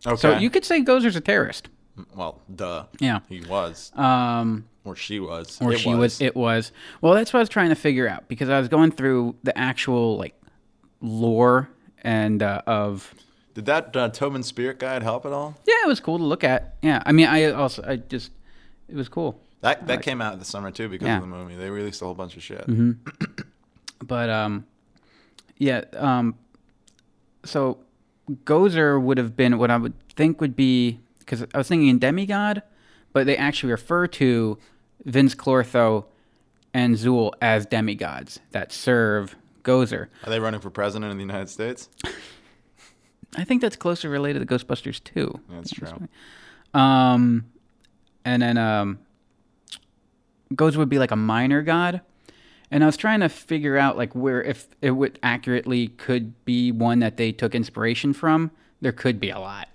Speaker 3: So
Speaker 2: Okay.
Speaker 3: you could say Gozer's a terrorist.
Speaker 2: Well, duh.
Speaker 3: Yeah.
Speaker 2: he was,
Speaker 3: Um,
Speaker 2: or she was,
Speaker 3: or
Speaker 2: It
Speaker 3: she was. It was. Well, that's what I was trying to figure out because I was going through the actual like lore and uh, of.
Speaker 2: Did that uh, Tobin Spirit Guide help at all?
Speaker 3: Yeah, it was cool to look at. Yeah, I mean, I also I just it was cool.
Speaker 2: That that came out this summer too because
Speaker 3: Yeah. Mm-hmm.
Speaker 2: of the movie. They released a whole bunch of shit.
Speaker 3: But um, yeah. Um, so Gozer would have been what I would think would be because I was thinking in demigod, but they actually refer to Vince Clortho and Zool as demigods that serve Gozer.
Speaker 2: Are they running for president of the United States?
Speaker 3: I think that's closely related to Ghostbusters too.
Speaker 2: That's true.
Speaker 3: Um, and then um, Gozer would be like a minor god, and I was trying to figure out like where if it would accurately could be one that they took inspiration from. There could be a lot,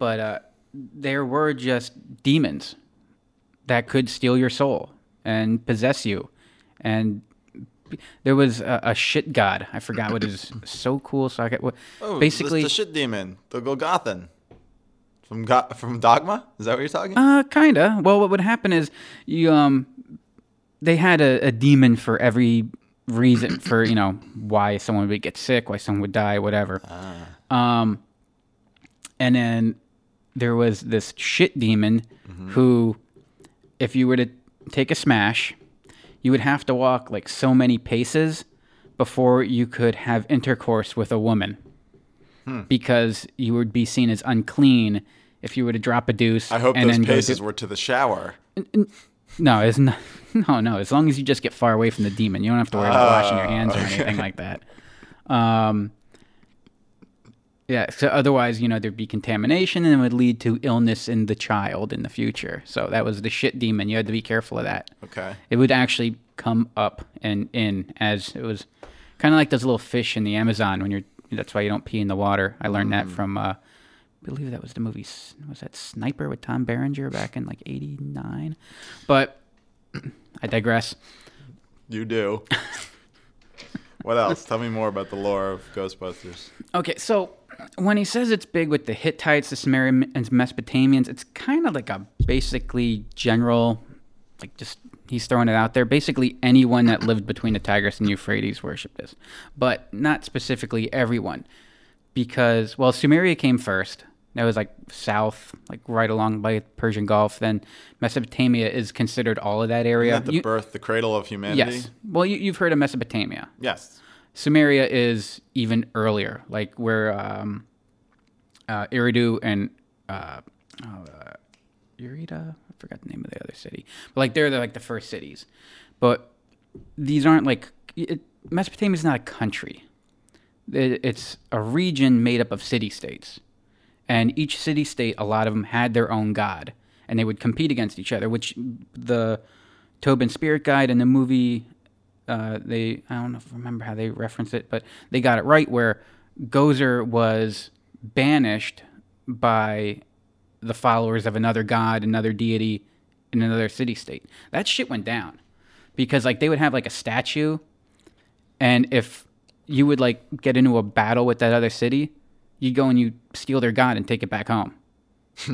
Speaker 3: but uh, there were just demons that could steal your soul and possess you, and there was a, a shit god. I forgot what is so cool. So I get what
Speaker 2: Oh, the-
Speaker 3: basically
Speaker 2: the, shit demon, the Golgothan, from Go- from Dogma. Is that what you're talking?
Speaker 3: Uh, kinda. Well, what would happen is you um, they had a, a demon for every
Speaker 2: *coughs*
Speaker 3: reason for you know why someone would get sick, why someone would die, whatever.
Speaker 2: Ah.
Speaker 3: Um, and then there was this shit demon
Speaker 2: Mm-hmm.
Speaker 3: who, if you were to take a smash, you would have to walk like so many paces before you could have intercourse with a woman.
Speaker 2: Hmm.
Speaker 3: Because you would be seen as unclean if you were to drop a deuce.
Speaker 2: I hope
Speaker 3: and
Speaker 2: those
Speaker 3: then go
Speaker 2: paces
Speaker 3: do-
Speaker 2: were to the shower.
Speaker 3: no, it's not. *laughs* No, no. As long as you just get far away from the demon, you don't have to worry about washing your
Speaker 2: Ah,
Speaker 3: hands or
Speaker 2: okay.
Speaker 3: anything like that. Um, yeah. So otherwise, you know, there'd be contamination and it would lead to illness in the child in the future. So that was the shit demon. You had to be careful of that.
Speaker 2: Okay.
Speaker 3: It would actually come up and in as it was kind of like those little fish in the Amazon when you're. That's why you don't pee in the water. I learned that from. Uh, I believe that was the movie. S- Was that Sniper with Tom Berenger back in like '89? But *clears throat* I digress.
Speaker 2: You
Speaker 3: *laughs*
Speaker 2: do. what else? Tell me more about the lore of Ghostbusters.
Speaker 3: Okay, so when he says it's big with the Hittites, the Sumerians, and Mesopotamians, it's kind of like a basically general, like just he's throwing it out there. Basically, anyone that lived between the Tigris and Euphrates worshipped this, but not specifically everyone, because well, Sumeria came first. That was like south, like right along by Persian Gulf. Then Mesopotamia is considered all of that area.
Speaker 2: Isn't that the
Speaker 3: You-
Speaker 2: birth, the cradle of humanity?
Speaker 3: Yes. Well, you, you've heard of Mesopotamia.
Speaker 2: Yes.
Speaker 3: Sumeria is even earlier, like where um, uh, Eridu and uh, oh, uh, Erida, I forgot the name of the other city. But like they're, the like the first cities, but these aren't like it, Mesopotamia is not a country. It- it's a region made up of city states, and each city state, a lot of them had their own god, and they would compete against each other. Which the Tobin Spirit Guide and the movie uh, they I don't know if I remember how they referenced it, but they got it right where Gozer was banished by the followers of another god, another deity in another city state. That shit went down because like they would have like a statue and if you would like get into a battle with that other city, you go and you steal their god and take it back home.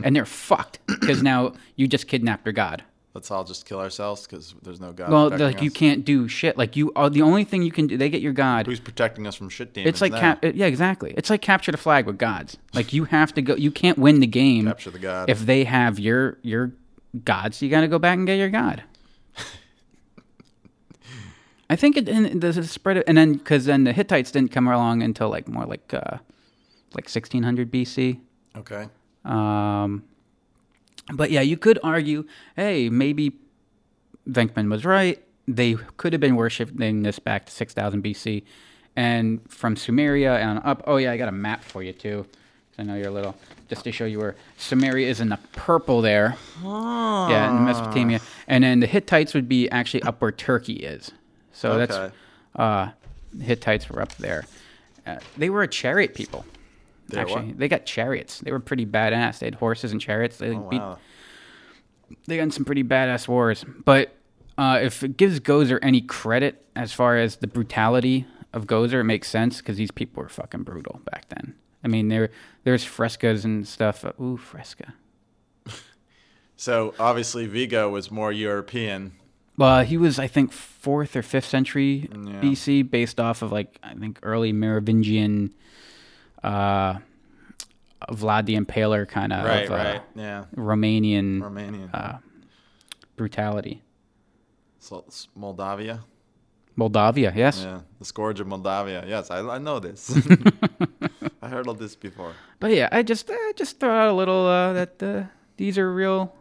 Speaker 3: and they're fucked because now you just kidnapped their god.
Speaker 2: Let's all just kill ourselves because there's no God.
Speaker 3: Well,
Speaker 2: protecting
Speaker 3: like you
Speaker 2: us.
Speaker 3: can't do shit. Like you are the only thing you can do. They get your god.
Speaker 2: Who's protecting us from shit demons?
Speaker 3: It's like
Speaker 2: now?
Speaker 3: cap- yeah, exactly. It's like capture the flag with gods. Like you have to go. You can't win the game.
Speaker 2: Capture the god.
Speaker 3: If they have your your gods, you got to go back and get your god. *laughs* I think it and the spread of, and then because then the Hittites didn't come along until like more like uh like 1600 BC.
Speaker 2: Okay.
Speaker 3: Um, but yeah, you could argue, hey, maybe Venkman was right. They could have been worshiping this back to 6000 BC. And from Sumeria and up, oh yeah, I got a map for you too. 'cause I know you're little, just to show you where Sumeria is in the purple there.
Speaker 2: Ah.
Speaker 3: Yeah, in Mesopotamia. And then the Hittites would be actually up where Turkey is. So that's,
Speaker 2: Okay.
Speaker 3: uh, Hittites were up there. Uh, they were a chariot people.
Speaker 2: They were
Speaker 3: actually,
Speaker 2: what?
Speaker 3: they got chariots. They were pretty badass. They had horses and chariots. They beat.
Speaker 2: Oh, wow.
Speaker 3: They got in some pretty badass wars. But uh, if it gives Gozer any credit as far as the brutality of Gozer, it makes sense because these people were fucking brutal back then. I mean, there there's frescoes and stuff. Ooh, fresca.
Speaker 2: So obviously Vigo was more European.
Speaker 3: Well, he was, I think, fourth or fifth century
Speaker 2: Yeah.
Speaker 3: BC, based off of like I think early Merovingian, uh, Vlad the Impaler kind of
Speaker 2: Right,
Speaker 3: uh,
Speaker 2: right, yeah.
Speaker 3: Romanian
Speaker 2: Romanian.
Speaker 3: uh, brutality.
Speaker 2: So it's Moldavia.
Speaker 3: Moldavia, yes.
Speaker 2: Yeah, the scourge of Moldavia. Yes, I, I know this. *laughs* I heard all this before.
Speaker 3: But yeah, I just I just throw out a little uh, that uh, these are real.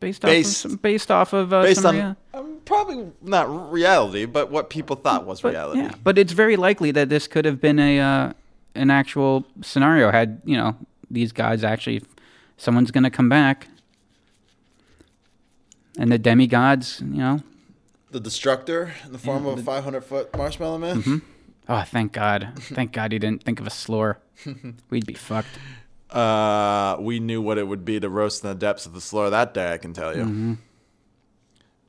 Speaker 3: Based off
Speaker 2: Based-
Speaker 3: of some, based off of uh,
Speaker 2: Based on
Speaker 3: some rea-
Speaker 2: um, probably not reality, but what people thought was reality.
Speaker 3: Yeah, but it's very likely that this could have been a uh, an actual scenario. Had you know these guys actually, someone's going to come back, and the demigods, you know,
Speaker 2: The destructor in the form of a 500 foot marshmallow man.
Speaker 3: hmm oh
Speaker 2: *laughs*
Speaker 3: thank God, thank God he didn't think of a slur. We'd be fucked.
Speaker 2: Uh, we knew what it would be to roast in the depths of the slur that day. I can tell you.
Speaker 3: Mhm.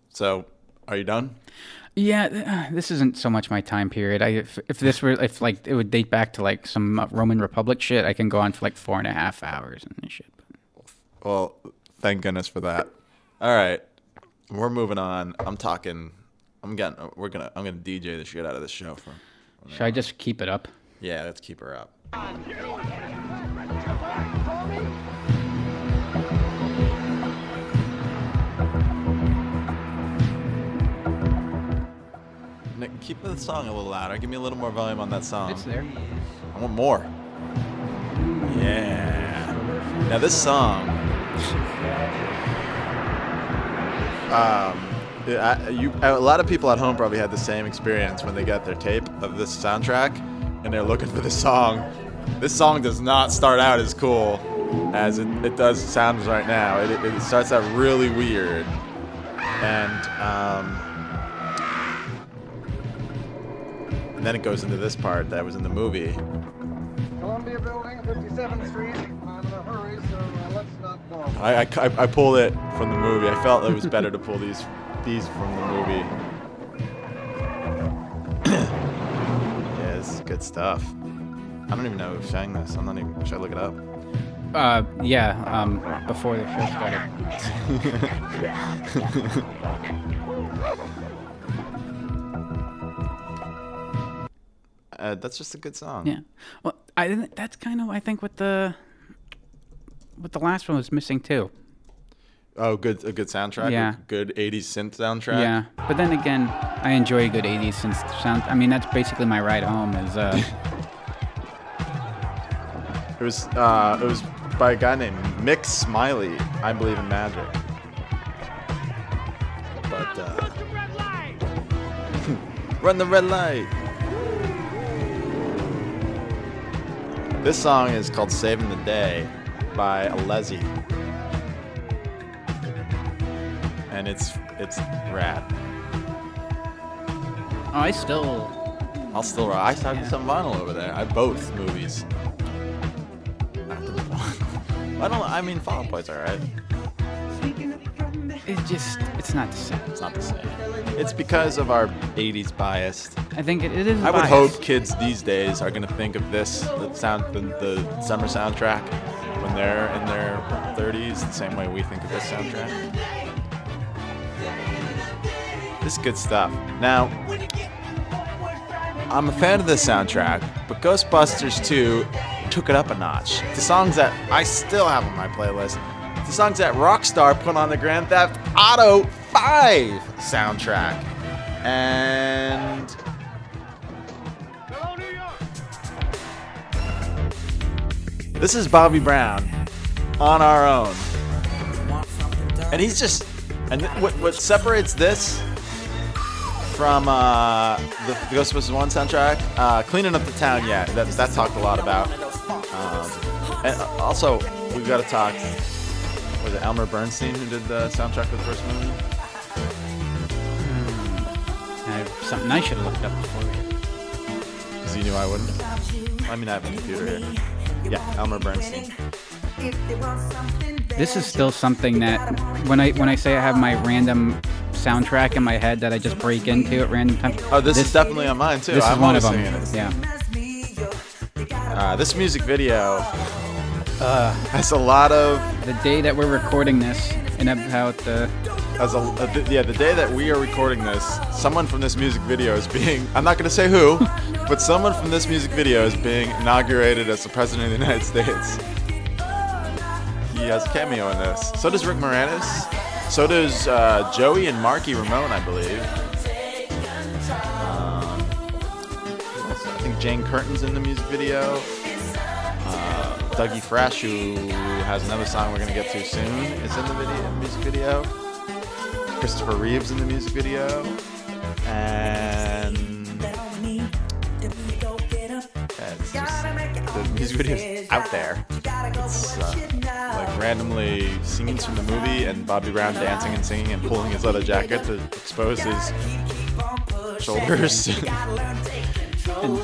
Speaker 2: So, are you done?
Speaker 3: Yeah, th- uh, this isn't so much my time period. I if, if this were if like it would date back to like some uh, Roman Republic shit, I can go on for like four and a half hours and shit.
Speaker 2: Well, thank goodness for that. All right, we're moving on. I'm talking. I'm getting. We're gonna. I'm gonna DJ the shit out of this show for.
Speaker 3: Should I just keep it up?
Speaker 2: Yeah, let's keep her up. Nick, keep the song a little louder. Give me a little more volume on that song.
Speaker 3: It's there.
Speaker 2: I want more. Yeah. Now this song. Um, yeah, I, you, a lot of people at home probably had the same experience when they got their tape of this soundtrack, and they're looking for the song. This song does not start out as cool as it, it does sound right now. It, it starts out really weird, and um, and then it goes into this part that was in the movie.
Speaker 14: Columbia Building, 57th Street. I'm in a hurry, so uh, let's not bother.
Speaker 2: I, I, I pulled it from the movie. I felt it was better to pull these these from the movie. *coughs* yeah, it's good stuff. I don't even know who sang this. I'm not even. Should I look it up?
Speaker 3: Uh, yeah, um, before the show started.
Speaker 2: Uh, that's just a good song.
Speaker 3: yeah. Well, I didn't- that's kind of I think what the what the last one was missing too.
Speaker 2: Oh, good. A good soundtrack.
Speaker 3: Yeah.
Speaker 2: A good '80s synth soundtrack.
Speaker 3: Yeah, but then again, I enjoy a good '80s since sound. I mean, that's basically my ride home.
Speaker 2: *laughs*
Speaker 3: Is uh,
Speaker 2: It was. Uh, it was by a guy named Mick Smiley. I believe in magic. But. Uh, *laughs* Run the red light. This song is called "Saving the Day" by Alessi, and it's it's rad.
Speaker 3: I still.
Speaker 2: I'll Oh, still rock. I still have some vinyl over there. I have both movies. *laughs* I don't. I mean, Fall Out Boy's alright.
Speaker 3: It just. It's not the same.
Speaker 2: It's not the same. It's because of our '80s bias.
Speaker 3: I think it, it is.
Speaker 2: I would
Speaker 3: biased.
Speaker 2: hope kids these days are gonna think of this the sound, the, the summer soundtrack, when they're in their 30s, the same way we think of this soundtrack. This is good stuff. Now, I'm a fan of this soundtrack, but Ghostbusters 2 took it up a notch. The songs that I still have on my playlist, the songs that Rockstar put on the Grand Theft Auto 5 soundtrack. And. This is Bobby Brown on our own. And he's just. And th- what, what separates this from uh, the, the Ghostbusters 1 soundtrack, uh, Cleaning Up the Town, yeah, that, that's talked a lot about. Um, and uh, also, we've got to talk. Was it Elmer Bernstein who did the soundtrack for the first movie?
Speaker 3: I have something I should have looked up before.
Speaker 2: Because you knew I wouldn't. I mean, I have a computer here. Yeah, Elmer Bernstein.
Speaker 3: This is still something that when I when I say I have my random soundtrack in my head that I just break into at random times.
Speaker 2: Oh, this, is definitely on mine too.
Speaker 3: This
Speaker 2: I'm
Speaker 3: is one of
Speaker 2: always
Speaker 3: them.
Speaker 2: singing this.
Speaker 3: Yeah.
Speaker 2: Uh, this music video uh, has a lot of.
Speaker 3: The day that we're recording this, and about the.
Speaker 2: As a, uh, th- yeah, the day that we are recording this, someone from this music video is being. I'm not going to say who, but someone from this music video is being inaugurated as the President of the United States. He has a cameo in this. So does Rick Moranis. So does uh, Joey and Marky Ramone, I believe. Um, who else? I think Jane Curtin's in the music video. Uh, Dougie Fresh, who has another song we're gonna get to soon, is in the video, music video. Christopher Reeves in the music video, and yeah, it's just, the music video is out there. It's uh, like randomly scenes from the movie and Bobby Brown dancing and singing and pulling his leather jacket to expose his shoulders.
Speaker 3: And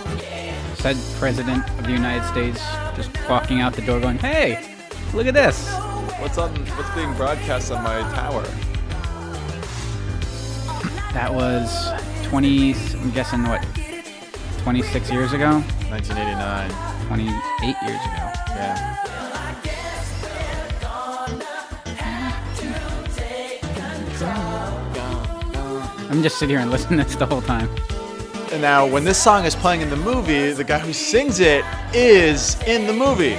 Speaker 3: said president of the United States just walking out the door going, hey, look at this.
Speaker 2: *laughs* what's on? What's being broadcast on my tower?
Speaker 3: That was 20, I'm guessing what, 26 years ago?
Speaker 2: 1989.
Speaker 3: 28 years ago.
Speaker 2: Yeah.
Speaker 3: I'm just sitting here and listening to this the whole time.
Speaker 2: And now, when this song is playing in the movie, the guy who sings it is in the movie.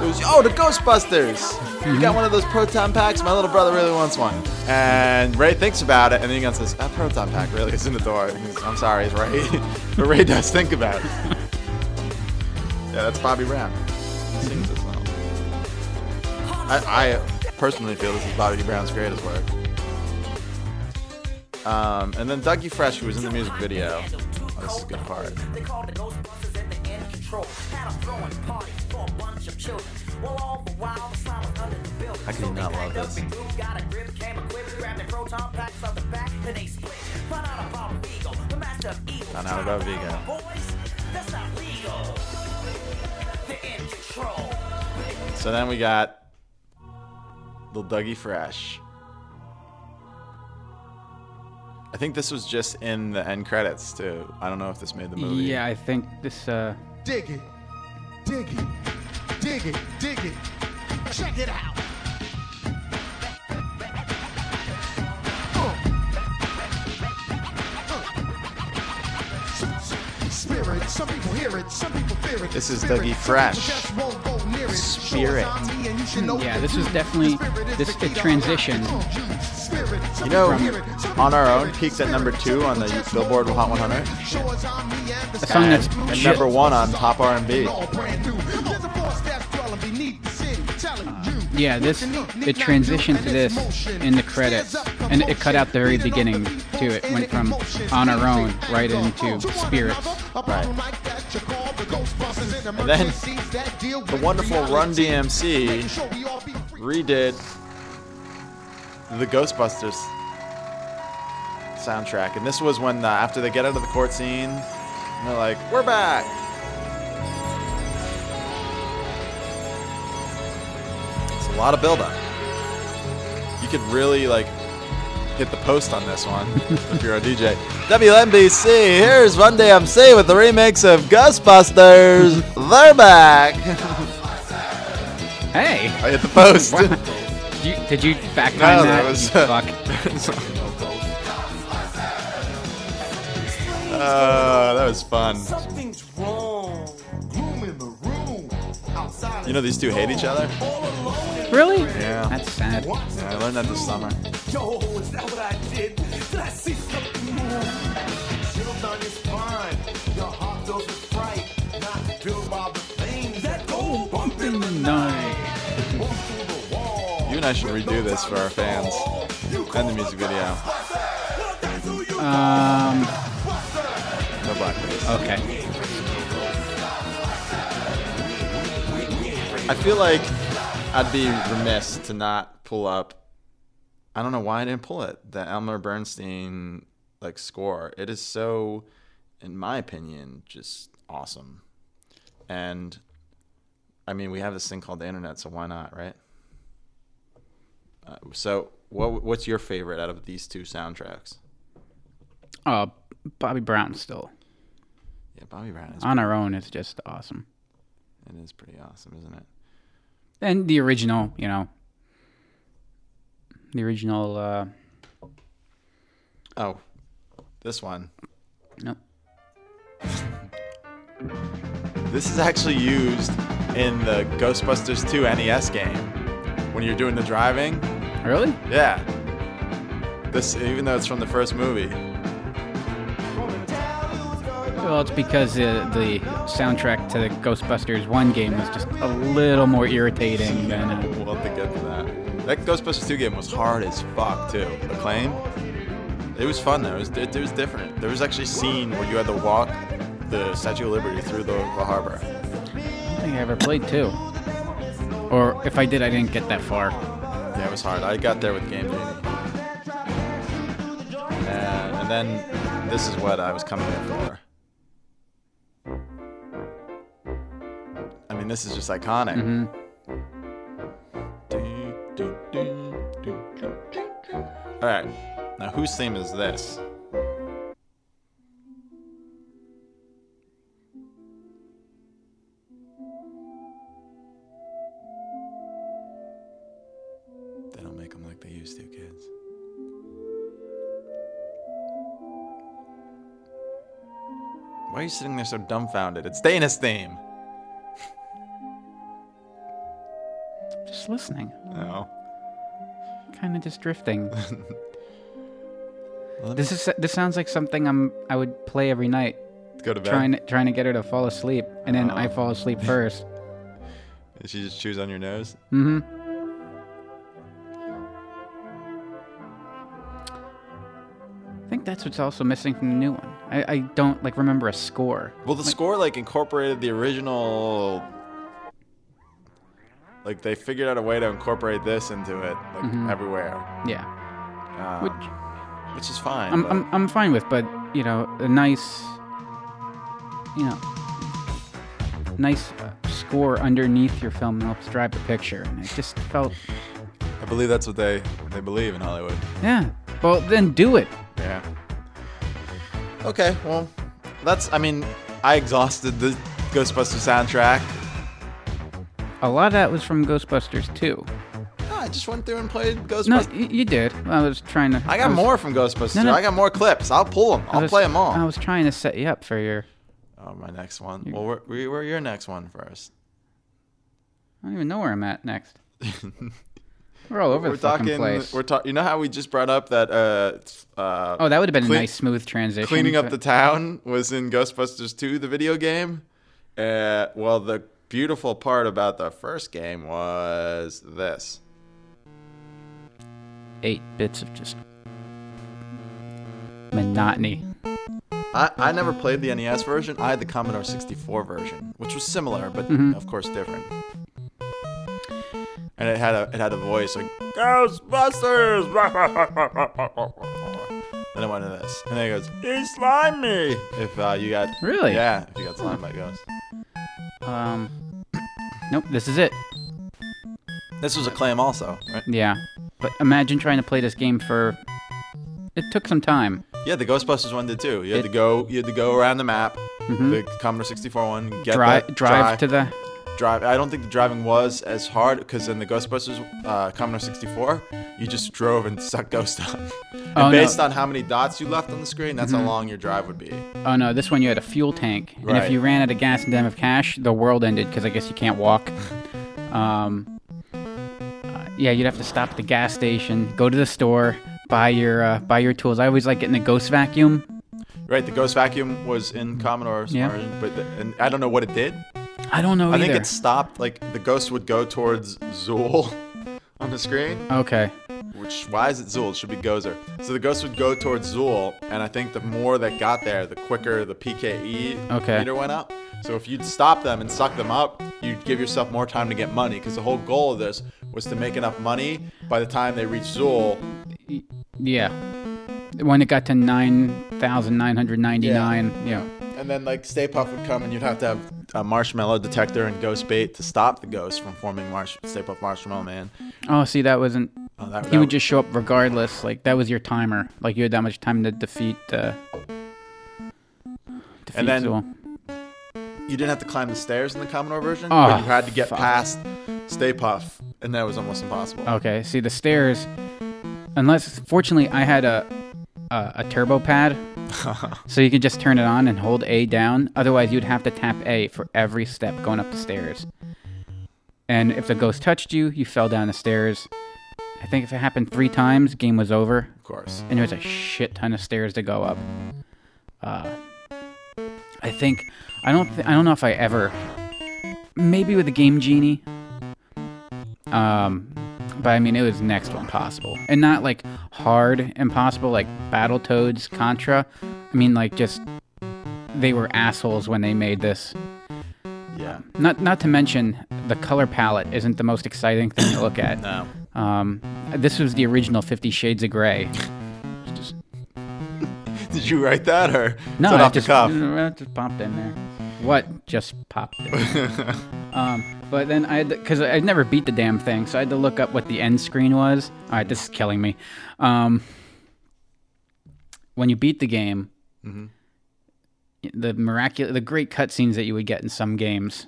Speaker 2: It was, oh, the Ghostbusters! You got one of those proton packs? My little brother really wants one. And Ray thinks about it, and then he goes, that proton pack really is in the door. And he goes, I'm sorry, it's Ray. *laughs* but Ray does think about it. yeah, that's Bobby Brown. He sings this song. I, I personally feel this is Bobby Brown's greatest work. Um, and then Dougie Fresh, who was in the music video. Oh, this is a good part. How could you not love this? Found out about Vigo. So then we got Little Dougie Fresh. I think this was just in the end credits too. I don't know if this made the movie.
Speaker 3: Yeah, I think this, uh,
Speaker 15: Dig it. Dig it, dig it, dig it. Check it out. Spirit, some people hear it, some people fear it.
Speaker 2: This is
Speaker 15: Spirit,
Speaker 2: Dougie
Speaker 15: some
Speaker 2: Fresh.
Speaker 15: people just won't go near it. Sure as
Speaker 2: Spirit.
Speaker 15: I'm me and you should know
Speaker 3: Yeah,
Speaker 15: what
Speaker 3: this
Speaker 15: to
Speaker 3: is
Speaker 15: do.
Speaker 3: definitely
Speaker 15: Spirit is
Speaker 3: this
Speaker 15: the
Speaker 3: it
Speaker 15: key to
Speaker 3: transitioned.
Speaker 2: You know, on our own, peaked at number two on the Billboard Hot 100.
Speaker 3: A song that's
Speaker 2: And
Speaker 3: shit.
Speaker 2: number one on top R&B.
Speaker 3: Uh, Yeah, this it transitioned to this in the credits, and it cut out the very beginning too. It went from on our own right into spirits.
Speaker 2: Right. And then the wonderful Run DMC redid the Ghostbusters soundtrack, and this was when uh, after they get out of the court scene, and they're like, "We're back." It's a lot of buildup. You could really like hit the post on this one if you're a DJ. WNBC, here's Run DMC with the remix of Ghostbusters. They're back. *laughs*
Speaker 3: Hey.
Speaker 2: I hit the post.
Speaker 3: Wow. Did you, did you back
Speaker 2: No,
Speaker 3: time that?
Speaker 2: that was-
Speaker 3: You fuck.
Speaker 2: Uh, that was fun.
Speaker 15: Something's wrong. Gloom in the room. Outside
Speaker 2: You know these two hate each other?
Speaker 3: Really?
Speaker 2: Yeah.
Speaker 3: That's sad.
Speaker 2: Yeah, I learned that this summer.
Speaker 15: Yo, is that what I did? Did I see something move? Chills on your spine. Your heart goes with fright. Not built by the things that go bump in the
Speaker 3: night.
Speaker 2: You and I should redo this for our fans and the music video.
Speaker 3: Um.
Speaker 2: No blackface.
Speaker 3: Okay.
Speaker 2: I feel like I'd be remiss to not pull up. I don't know why I didn't pull it. The Elmer Bernstein like score. It is so, in my opinion, just awesome. And I mean, we have this thing called the internet, so why not, right? Uh, so, what what's your favorite out of these two soundtracks?
Speaker 3: Uh, Bobby Brown still
Speaker 2: Yeah, Bobby Brown is
Speaker 3: on our own is just awesome,
Speaker 2: it is pretty awesome, isn't it?
Speaker 3: and the original, you know, the original. Uh,
Speaker 2: Oh, this one.
Speaker 3: no,
Speaker 2: This is actually used in the Ghostbusters 2 NES game when you're doing the driving.
Speaker 3: really?
Speaker 2: Yeah. This, even though it's from the first movie.
Speaker 3: Well, it's because uh, the soundtrack to the Ghostbusters one game was just a little more irritating than. Uh,
Speaker 2: We'll have to get to that. That Ghostbusters 2 game was hard as fuck, too. Acclaim. It was fun, though. It was, it, was different. There was actually a scene where you had to walk the Statue of Liberty through the, the harbor.
Speaker 3: I don't think I ever played two, or if I did, I didn't get that far.
Speaker 2: Yeah, it was hard. I got there with Game Genie. And, Uh, and then this is what I was coming in for. I mean, this is just iconic. All right. Now, whose theme is this? They don't make them like they used to, kids. Why are you sitting there so dumbfounded? It's Dana's theme.
Speaker 3: Just listening,
Speaker 2: No.
Speaker 3: kind of just drifting.
Speaker 2: Let
Speaker 3: This
Speaker 2: me
Speaker 3: is this sounds like something I'm I would play every night,
Speaker 2: go to bed.
Speaker 3: trying to trying to get her to fall asleep, and then I fall asleep first.
Speaker 2: Did she just chews on your nose?
Speaker 3: Mm-hmm. I think that's what's also missing from the new one. I, I don't like remember a score.
Speaker 2: Well, the score like incorporated the original. Like they figured out a way to incorporate this into it, like
Speaker 3: Mhm.
Speaker 2: everywhere,
Speaker 3: Yeah,
Speaker 2: um,
Speaker 3: Which-
Speaker 2: which, is fine.
Speaker 3: I'm,
Speaker 2: but-
Speaker 3: I'm I'm fine with, but you know, a nice, you know, nice uh, score underneath your film helps drive the picture, and it just felt
Speaker 2: I believe that's what they they believe in Hollywood.
Speaker 3: yeah. Well, then do it.
Speaker 2: Yeah. Okay, well, that's. I mean, I exhausted the Ghostbuster soundtrack.
Speaker 3: a lot of that was from Ghostbusters too.
Speaker 2: No, I just went through and played Ghostbusters.
Speaker 3: No, y- you did. I was trying to.
Speaker 2: I got
Speaker 3: was-
Speaker 2: more from Ghostbusters.
Speaker 3: No, no.
Speaker 2: I got more clips. I'll pull them.
Speaker 3: I
Speaker 2: I'll
Speaker 3: was-
Speaker 2: play them all.
Speaker 3: I was trying to set you up for your.
Speaker 2: Oh, my next one. Well, where, where, where your next one first?
Speaker 3: I don't even know where I'm
Speaker 2: *laughs*
Speaker 3: at next. We're all over the fucking place.
Speaker 2: We're talking. You know how we just brought up that. Uh, uh,
Speaker 3: Oh, that would've been a
Speaker 2: clean-
Speaker 3: nice, smooth transition,
Speaker 2: Cleaning up
Speaker 3: but-
Speaker 2: the town was in Ghostbusters 2, the video game. Uh, well, the beautiful part about the first game was this.
Speaker 3: Eight bits of just monotony.
Speaker 2: I, I never played the NES version. I had the Commodore 64 version, which was similar, but
Speaker 3: Mhm.
Speaker 2: of course different. And it had a it had a voice like,
Speaker 10: Ghostbusters!
Speaker 2: *laughs* then it went to this, and then it goes, "He slimed me." If uh, you got
Speaker 3: Really?
Speaker 2: yeah, if you got slimed by ghosts.
Speaker 3: Um, nope, this is it.
Speaker 2: This was a claim also, right?
Speaker 3: Yeah, but imagine trying to play this game for. It took some time.
Speaker 2: Yeah, the Ghostbusters one did too. You had to go you had to go around the map,
Speaker 3: Mhm.
Speaker 2: the Commodore 64 one, get
Speaker 3: Drive-
Speaker 2: that-
Speaker 3: drive to the-
Speaker 2: drive. I don't think the driving was as hard because in the Ghostbusters uh, Commodore 64, you just drove and sucked ghost up. and
Speaker 3: Oh, no.
Speaker 2: based on how many dots you left on the screen, that's
Speaker 3: Mhm.
Speaker 2: how long your drive would be.
Speaker 3: Oh no, this one you had a fuel tank, and if
Speaker 2: Right.
Speaker 3: you ran out of gas and didn't have cash, the world ended because I guess you can't walk. um, uh, yeah, you'd have to stop at the gas station, go to the store, buy your uh, buy your tools. I always like getting the ghost vacuum.
Speaker 2: Right, the ghost vacuum was in Commodore's
Speaker 3: Yeah.
Speaker 2: version, but the, and I don't know what it did.
Speaker 3: I don't know
Speaker 2: I think
Speaker 3: either.
Speaker 2: it stopped. Like the ghost would go towards Zool *laughs* on the screen.
Speaker 3: Okay.
Speaker 2: Which why is it Zool? It should be Gozer. So the ghost would go towards Zool, and I think the more that got there, the quicker the PKE
Speaker 3: Okay.
Speaker 2: meter went up. So if you'd stop them and suck them up, you'd give yourself more time to get money. Because the whole goal of this was to make enough money by the time they reached Zool.
Speaker 3: Yeah, when it got to nine thousand nine hundred ninety nine. Yeah.
Speaker 2: And then like Stay Puff would come, and you'd have to have a marshmallow detector and ghost bait to stop the ghost from forming marsh- Stay Puff Marshmallow Man.
Speaker 3: Oh, see, that wasn't.
Speaker 2: Oh, that-
Speaker 3: he
Speaker 2: that
Speaker 3: would just show up regardless. Like that was your timer. Like you had that much time to defeat. Uh, defeat
Speaker 2: and then
Speaker 3: Zool.
Speaker 2: you didn't have to climb the stairs in the Commodore version,
Speaker 3: Oh,
Speaker 2: but you had to get
Speaker 3: fuck.
Speaker 2: past Stay Puff, and that was almost impossible.
Speaker 3: Okay. See the stairs. Unless, fortunately, I had a a, a
Speaker 2: *laughs*
Speaker 3: turbo pad, so you could just turn it on and hold A down. Otherwise, you'd have to tap A for every step going up the stairs. And if the ghost touched you, you fell down the stairs. I think if it happened three times, game was over. Of
Speaker 2: course.
Speaker 3: And there was a shit ton of stairs to go up. Uh, I think I don't th- I don't know if I ever maybe with the game genie. Um, but I mean it was next to impossible, and not like hard impossible like Battletoads, Contra. I mean like just they were assholes when they made this.
Speaker 2: Yeah.
Speaker 3: Not not to mention the color palette isn't the most exciting thing to look at.
Speaker 2: No.
Speaker 3: Um, this was the original Fifty Shades of Grey.
Speaker 2: *laughs* Did you write that or
Speaker 3: No,
Speaker 2: is that
Speaker 3: I
Speaker 2: off
Speaker 3: just,
Speaker 2: the cuff?
Speaker 3: uh, just popped in there. What just popped in?
Speaker 2: *laughs*
Speaker 3: there. um, but then I, because I'd never beat the damn thing, so I had to look up what the end screen was. All right, this is killing me. Um, when you beat the game,
Speaker 2: Mhm.
Speaker 3: the miraculous, the great cutscenes that you would get in some games.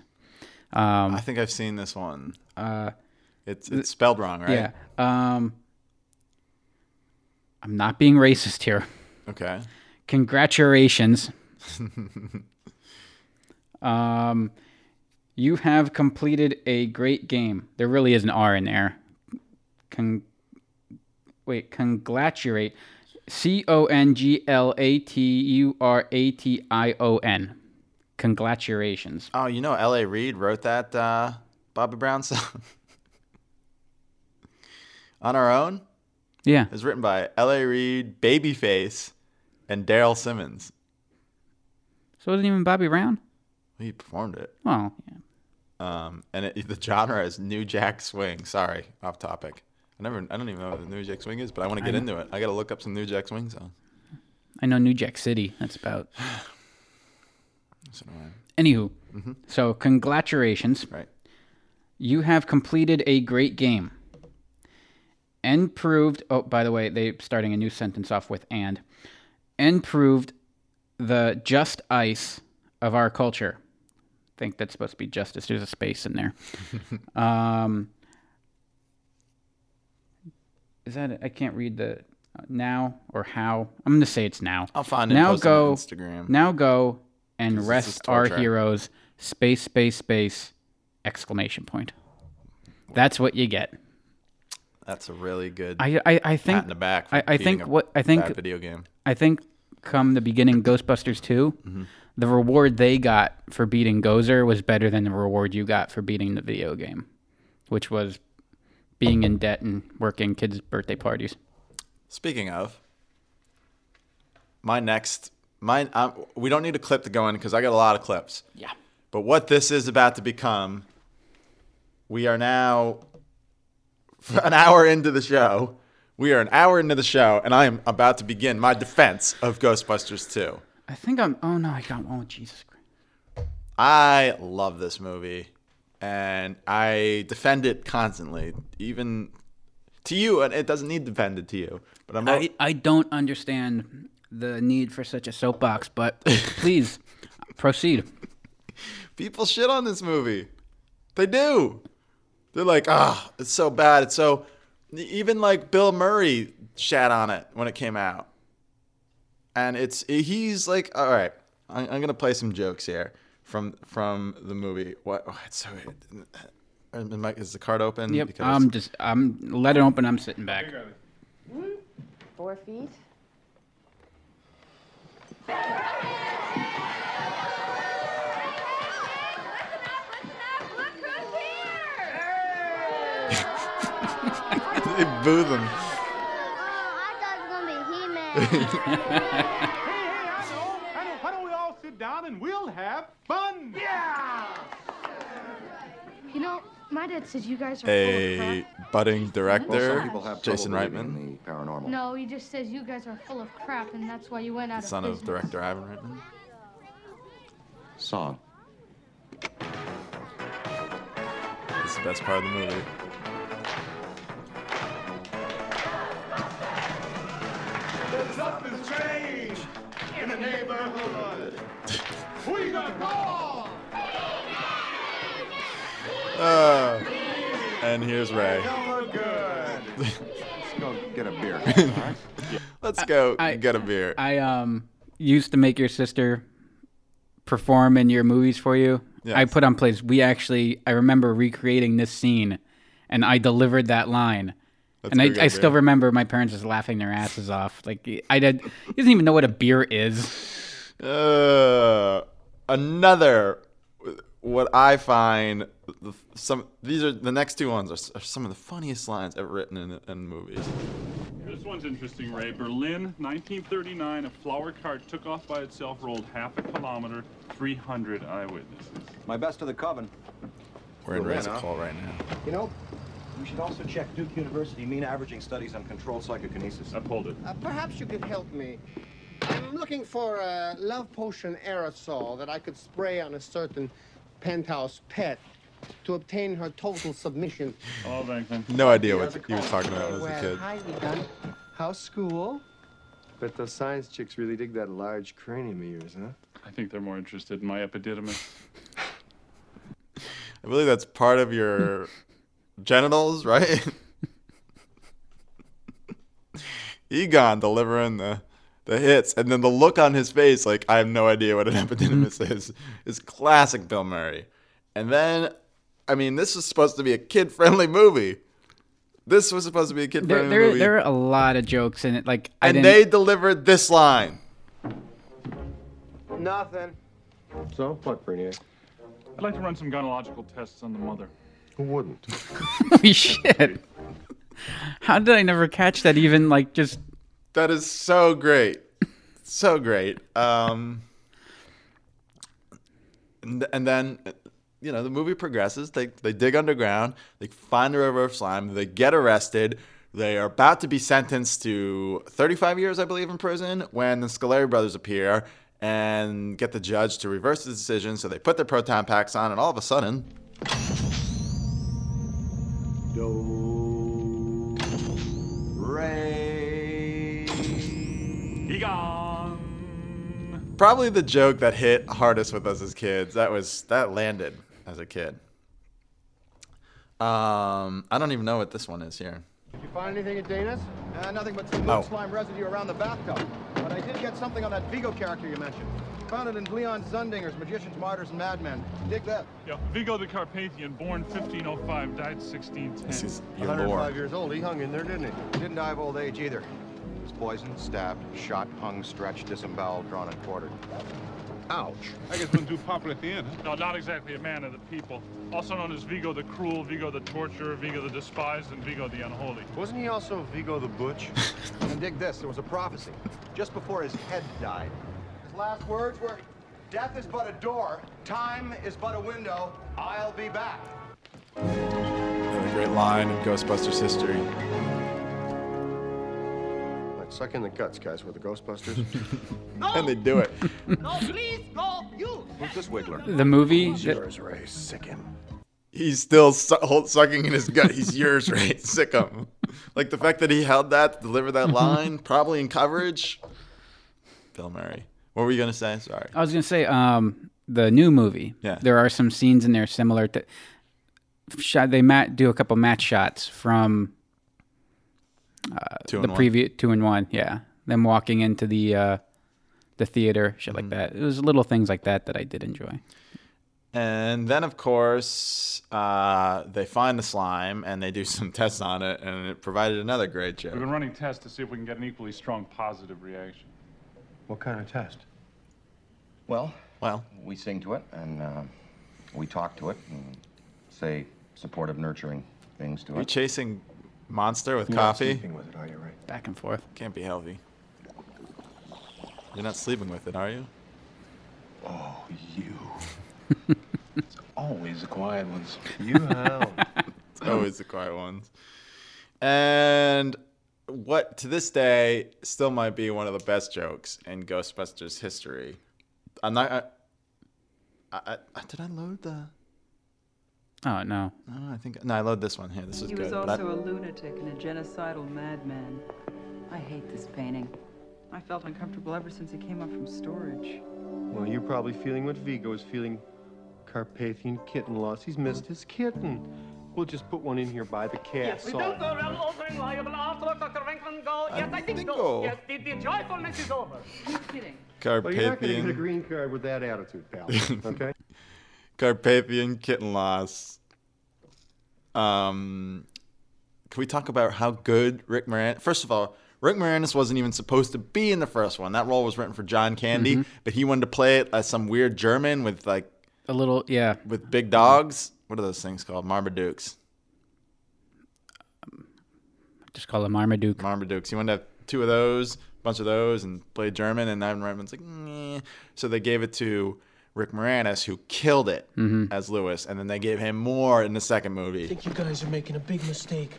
Speaker 3: Um,
Speaker 2: I think I've seen this one.
Speaker 3: Uh,
Speaker 2: it's it's spelled wrong, right?
Speaker 3: Yeah. Um, I'm not being racist here.
Speaker 2: Okay.
Speaker 3: Congratulations. Um, you have completed a great game. There really is an R in there. Con- wait, congratulate. C O N G L A T U R A T I O N. Congratulations.
Speaker 2: oh, you know L.A. Reid wrote that uh, Bobby Brown *laughs* song on our own.
Speaker 3: Yeah.
Speaker 2: It was written by L.A. Reid, Babyface, and Daryl Simmons.
Speaker 3: So wasn't even Bobby Brown?
Speaker 2: He performed it.
Speaker 3: Well,
Speaker 2: Um, and it, the genre is New Jack Swing. Sorry, off topic. I never, I don't even know what the New Jack Swing is, but I want to
Speaker 3: I
Speaker 2: get
Speaker 3: know.
Speaker 2: into it. I got to look up some New Jack Swing songs.
Speaker 3: I know New Jack City. That's about.
Speaker 2: So do I.
Speaker 3: Anywho,
Speaker 2: Mhm.
Speaker 3: so congratulations.
Speaker 2: Right.
Speaker 3: You have completed a great game. And proved. Oh, by the way, they starting a new sentence off with and. And proved the just ice of our culture. think that's supposed to be justice. There's a space in there. um, is that it? I can't read the uh, now or how. I'm gonna say it's now.
Speaker 2: I'll find it and
Speaker 3: now
Speaker 2: post it
Speaker 3: go
Speaker 2: on Instagram.
Speaker 3: now go and
Speaker 2: This is
Speaker 3: rest
Speaker 2: just
Speaker 3: our
Speaker 2: torture.
Speaker 3: heroes. Space space space exclamation point. That's what you get.
Speaker 2: That's a really good.
Speaker 3: I I, I think
Speaker 2: pat in the back. for
Speaker 3: I, I
Speaker 2: beating
Speaker 3: think
Speaker 2: a
Speaker 3: what I think
Speaker 2: bad video game.
Speaker 3: I think come the beginning Ghostbusters 2
Speaker 2: Mhm.
Speaker 3: the reward they got for beating Gozer was better than the reward you got for beating the video game, which was being in debt and working kids' birthday parties.
Speaker 2: Speaking of, my next, my um, we don't need a clip to go in because I got a lot of clips.
Speaker 3: Yeah.
Speaker 2: But what this is about to become, we are now *laughs* an hour into the show. We are an hour into the show, and I am about to begin my defense of Ghostbusters 2.
Speaker 3: I think I'm. Oh no, I got. Oh Jesus Christ!
Speaker 2: I love this movie, and I defend it constantly, even to you. And it doesn't need defended to you, but I'm.
Speaker 3: I I don't understand the need for such a
Speaker 2: *laughs*
Speaker 3: soapbox, but please proceed.
Speaker 2: people shit on this movie. They do. They're like, ah, it's so bad. It's so. Even like Bill Murray shat on it when it came out, and it's he's like, all right, I'm, I'm gonna play some jokes here from from the movie. What? Oh, it's so. Am I- Is the card open?
Speaker 3: Yep.
Speaker 2: Because-
Speaker 3: I'm just. I'm let it open. I'm sitting back.
Speaker 16: Four feet.
Speaker 2: they *laughs* boo them.
Speaker 17: Oh,
Speaker 2: *laughs*
Speaker 15: Why don't, why don't we all sit down and we'll have fun? Yeah!
Speaker 17: You know, my dad says you guys are full of
Speaker 2: a budding
Speaker 17: Well,
Speaker 2: director,
Speaker 17: some people have trouble
Speaker 2: Jason Reitman, the
Speaker 17: crap.
Speaker 2: paranormal,
Speaker 17: No, he just says you guys are full of crap, and that's why you went out
Speaker 2: son
Speaker 17: of
Speaker 2: of
Speaker 17: business.
Speaker 2: director Ivan Reitman.
Speaker 5: Song.
Speaker 2: This is the best part of the movie.
Speaker 15: The stuff is strange in the neighborhood. We got call!
Speaker 2: Uh, and here's Ray.
Speaker 5: Let's go get a beer.
Speaker 2: Let's go get a beer.
Speaker 3: I um used to make your sister perform in your movies for you. I
Speaker 2: Yes.
Speaker 3: put on plays. We actually, I remember recreating this scene, and I delivered that line.
Speaker 2: Let's
Speaker 3: and
Speaker 2: go
Speaker 3: I,
Speaker 2: get a
Speaker 3: I
Speaker 2: beer.
Speaker 3: still remember my parents just laughing their asses off. Like I did, he doesn't even know what a beer is.
Speaker 2: Uh, another what I find the, some these are the next two ones are, s- are some of the funniest lines ever written in, in movies.
Speaker 18: This one's interesting, Ray. Berlin, 1939, a flower cart took off by itself, rolled half a kilometer, 300 eyewitnesses.
Speaker 19: My best of the coven.
Speaker 2: We're in
Speaker 19: Berlin,
Speaker 2: Ray's
Speaker 19: huh?
Speaker 2: call right now.
Speaker 19: You know, we should also check Duke University mean averaging studies on controlled psychokinesis. Uphold it.
Speaker 14: Uh, perhaps you could help me. I'm looking for a love potion aerosol that I could spray on a certain penthouse pet to obtain her total submission.
Speaker 18: Oh, thanks, man.
Speaker 2: No idea what he was talking about as a
Speaker 14: Well,
Speaker 2: kid.
Speaker 14: hi, Egon. How's school?
Speaker 18: Bet those science chicks really dig that large cranium of yours, huh? I think they're more interested in my epididymis.
Speaker 2: I believe that's part of
Speaker 3: *laughs*
Speaker 2: your genitals, right? *laughs* Egon delivering the the hits, and then the look on his face, like I have no idea what an
Speaker 3: *laughs*
Speaker 2: epididymis is, is classic Bill Murray. And then, I mean, this was supposed to be a kid friendly movie. This was supposed to be a kid
Speaker 3: There,
Speaker 2: friendly
Speaker 3: there,
Speaker 2: movie,
Speaker 3: there are a lot of jokes in it. Like I
Speaker 2: and
Speaker 3: didn't,
Speaker 2: they delivered this line.
Speaker 14: Nothing.
Speaker 18: So, what, Bernier? I'd like to run some gynecological tests on the mother.
Speaker 5: Who wouldn't?
Speaker 3: holy *laughs* shit. How did I never catch that? Even like just
Speaker 2: That is so great. So great. Um and, and then you know, the movie progresses. They they dig underground, they find the river of slime, they get arrested. They are about to be sentenced to 35 years, I believe, in prison when the Scaleri brothers appear and get the judge to reverse the decision. So they put their proton packs on, and all of a sudden,
Speaker 18: Egon!
Speaker 2: probably the joke that hit hardest with us as kids. That was that landed as a kid. Um, I don't even know what this one is here.
Speaker 12: Did you find anything at Dana's?
Speaker 5: Uh, nothing but some
Speaker 2: Oh.
Speaker 5: boot slime residue around the bathtub. But I did get something on that Vigo character you mentioned. Found it in Leon Zundinger's Magicians, Martyrs, and Madmen. Dig that.
Speaker 18: Yeah, Vigo the Carpathian, born 1505, died 1610.
Speaker 2: This is
Speaker 5: 105 years old. He hung in there, didn't he? Didn't die of old age either. He was poisoned, stabbed, shot, hung, stretched, disemboweled, drawn, and quartered. Ouch.
Speaker 18: I guess been too popular at the end. No, not exactly a man of the people. Also known as Vigo the Cruel, Vigo the Torturer, Vigo the Despised, and Vigo the Unholy.
Speaker 5: Wasn't he also Vigo the Butch? and dig this, there was a prophecy. Just before his head died. His last words were, death is but a door, time is but a window, I'll be back.
Speaker 2: Another great line in Ghostbusters history.
Speaker 12: Like suck in the guts, guys. We're the Ghostbusters.
Speaker 2: And they do it.
Speaker 12: no, please, no, you.
Speaker 5: Who's this Wiggler?
Speaker 3: The movie.
Speaker 12: Yours, Ray. Sick him.
Speaker 2: He's still su- hold, sucking in his gut. He's yours, right? Sick him. Like the fact that he held that to deliver that line, probably in coverage. Bill Murray. What were you gonna say? Sorry.
Speaker 3: I was gonna say um, the new movie.
Speaker 2: Yeah.
Speaker 3: There are some scenes in there similar to. Shot, they mat, do a couple match shots from uh,
Speaker 2: Two
Speaker 3: the
Speaker 2: and one.
Speaker 3: previous two and one. Yeah, them walking into the uh, the theater, shit
Speaker 2: Mm-hmm.
Speaker 3: like that. It was little things like that that I did enjoy.
Speaker 2: And then, of course, uh, they find the slime and they do *laughs* some tests on it, and it provided another great
Speaker 18: We've
Speaker 2: joke.
Speaker 18: been running tests to see if we can get an equally strong positive reaction.
Speaker 5: What kind of test? Well,
Speaker 2: well,
Speaker 5: we sing to it and uh, we talk to it and say supportive, nurturing things to
Speaker 2: Are you
Speaker 5: it.
Speaker 2: chasing monster with
Speaker 5: You're not
Speaker 2: coffee?
Speaker 5: sleeping with it, are you, Ray?
Speaker 3: Back and forth.
Speaker 2: Can't be healthy. You're not sleeping with it, are you?
Speaker 5: Oh, you.
Speaker 2: Always the quiet ones.
Speaker 5: You hound.
Speaker 2: it's always the quiet ones. And what to this day still might be one of the best jokes in Ghostbusters history. I'm not. I, I, I, did I load the?
Speaker 3: Oh no.
Speaker 2: No, I think no. I load this one here. This is
Speaker 13: he was
Speaker 2: good. but I-
Speaker 13: also a lunatic and a genocidal madman. I hate this painting. I felt uncomfortable ever since it came up from storage.
Speaker 12: Well, you're probably feeling what Vigo is feeling. Carpathian kitten loss. He's missed his kitten. We'll just put one in here by the cat.
Speaker 20: we
Speaker 12: so-
Speaker 20: don't go around offering liable afterwards, Dr. Venkman. Go. Yes, I think so.
Speaker 2: oh.
Speaker 12: so.
Speaker 20: Yes, the, the joyfulness is over. kidding.
Speaker 12: Well, you're not going to get a
Speaker 2: Carpathian.
Speaker 12: green card with that attitude,
Speaker 2: *laughs*
Speaker 12: pal. Okay?
Speaker 2: Carpathian kitten loss. Um, can we talk about how good Rick Moranis? First of all, Rick Moranis wasn't even supposed to be in the first one. That role was written for John Candy,
Speaker 3: Mhm.
Speaker 2: but he wanted to play it as some weird German with like
Speaker 3: a little yeah
Speaker 2: with big dogs. What are those things called? Marmadukes.
Speaker 3: Just call him Marmaduke.
Speaker 2: Marmadukes. He wanted to have two of those, bunch of those, and play German. And Ivan Reitman's like, "Nyeh." so they gave it to Rick Moranis, who killed it
Speaker 3: Mm-hmm.
Speaker 21: Mhm.
Speaker 2: as Lewis, and then they gave him more in the second movie.
Speaker 21: I think you guys are making a big mistake.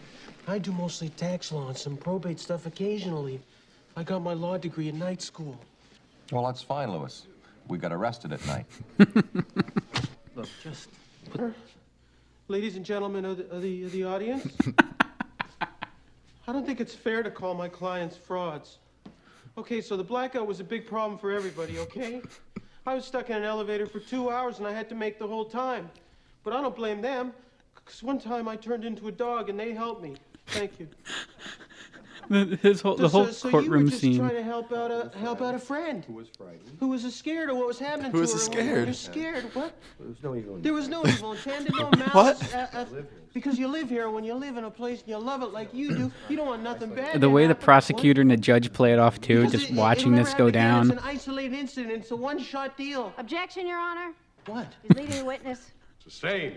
Speaker 21: I do mostly tax law and some probate stuff occasionally. I got my law degree in night school.
Speaker 5: Well, that's fine, Lewis. We got arrested at night.
Speaker 21: Look, just. put- Ladies and gentlemen of the, of the, of the audience, I don't think it's fair to call my clients frauds. Okay, so the blackout was a big problem for everybody, okay? I was stuck in an elevator for two hours and I had to make the whole time. But I don't blame them, because one time I turned into a dog and they helped me. Thank you.
Speaker 3: The, *laughs* his whole the
Speaker 21: So-
Speaker 3: whole
Speaker 21: so you
Speaker 3: courtroom
Speaker 21: were just
Speaker 3: scene.
Speaker 21: trying to help out a help out a friend who was frightened, who was scared of what was happening Who to was her. scared? You're scared. What?
Speaker 12: There was no evil.
Speaker 21: There was no evil intended,
Speaker 3: *laughs*
Speaker 21: no malice. What? uh, uh, because you live here, when you live in a place and you love it like you do, you don't want nothing bad.
Speaker 3: the
Speaker 21: to
Speaker 3: way the
Speaker 21: happen.
Speaker 3: prosecutor and the judge play it off too,
Speaker 21: Because
Speaker 3: just
Speaker 21: it-
Speaker 3: watching
Speaker 21: it'll
Speaker 3: this
Speaker 21: never
Speaker 3: go
Speaker 21: happen again.
Speaker 3: down.
Speaker 21: It's an isolated incident. It's a one-shot deal.
Speaker 17: Objection, Your Honor.
Speaker 21: What?
Speaker 17: He's leading a witness.
Speaker 5: Same.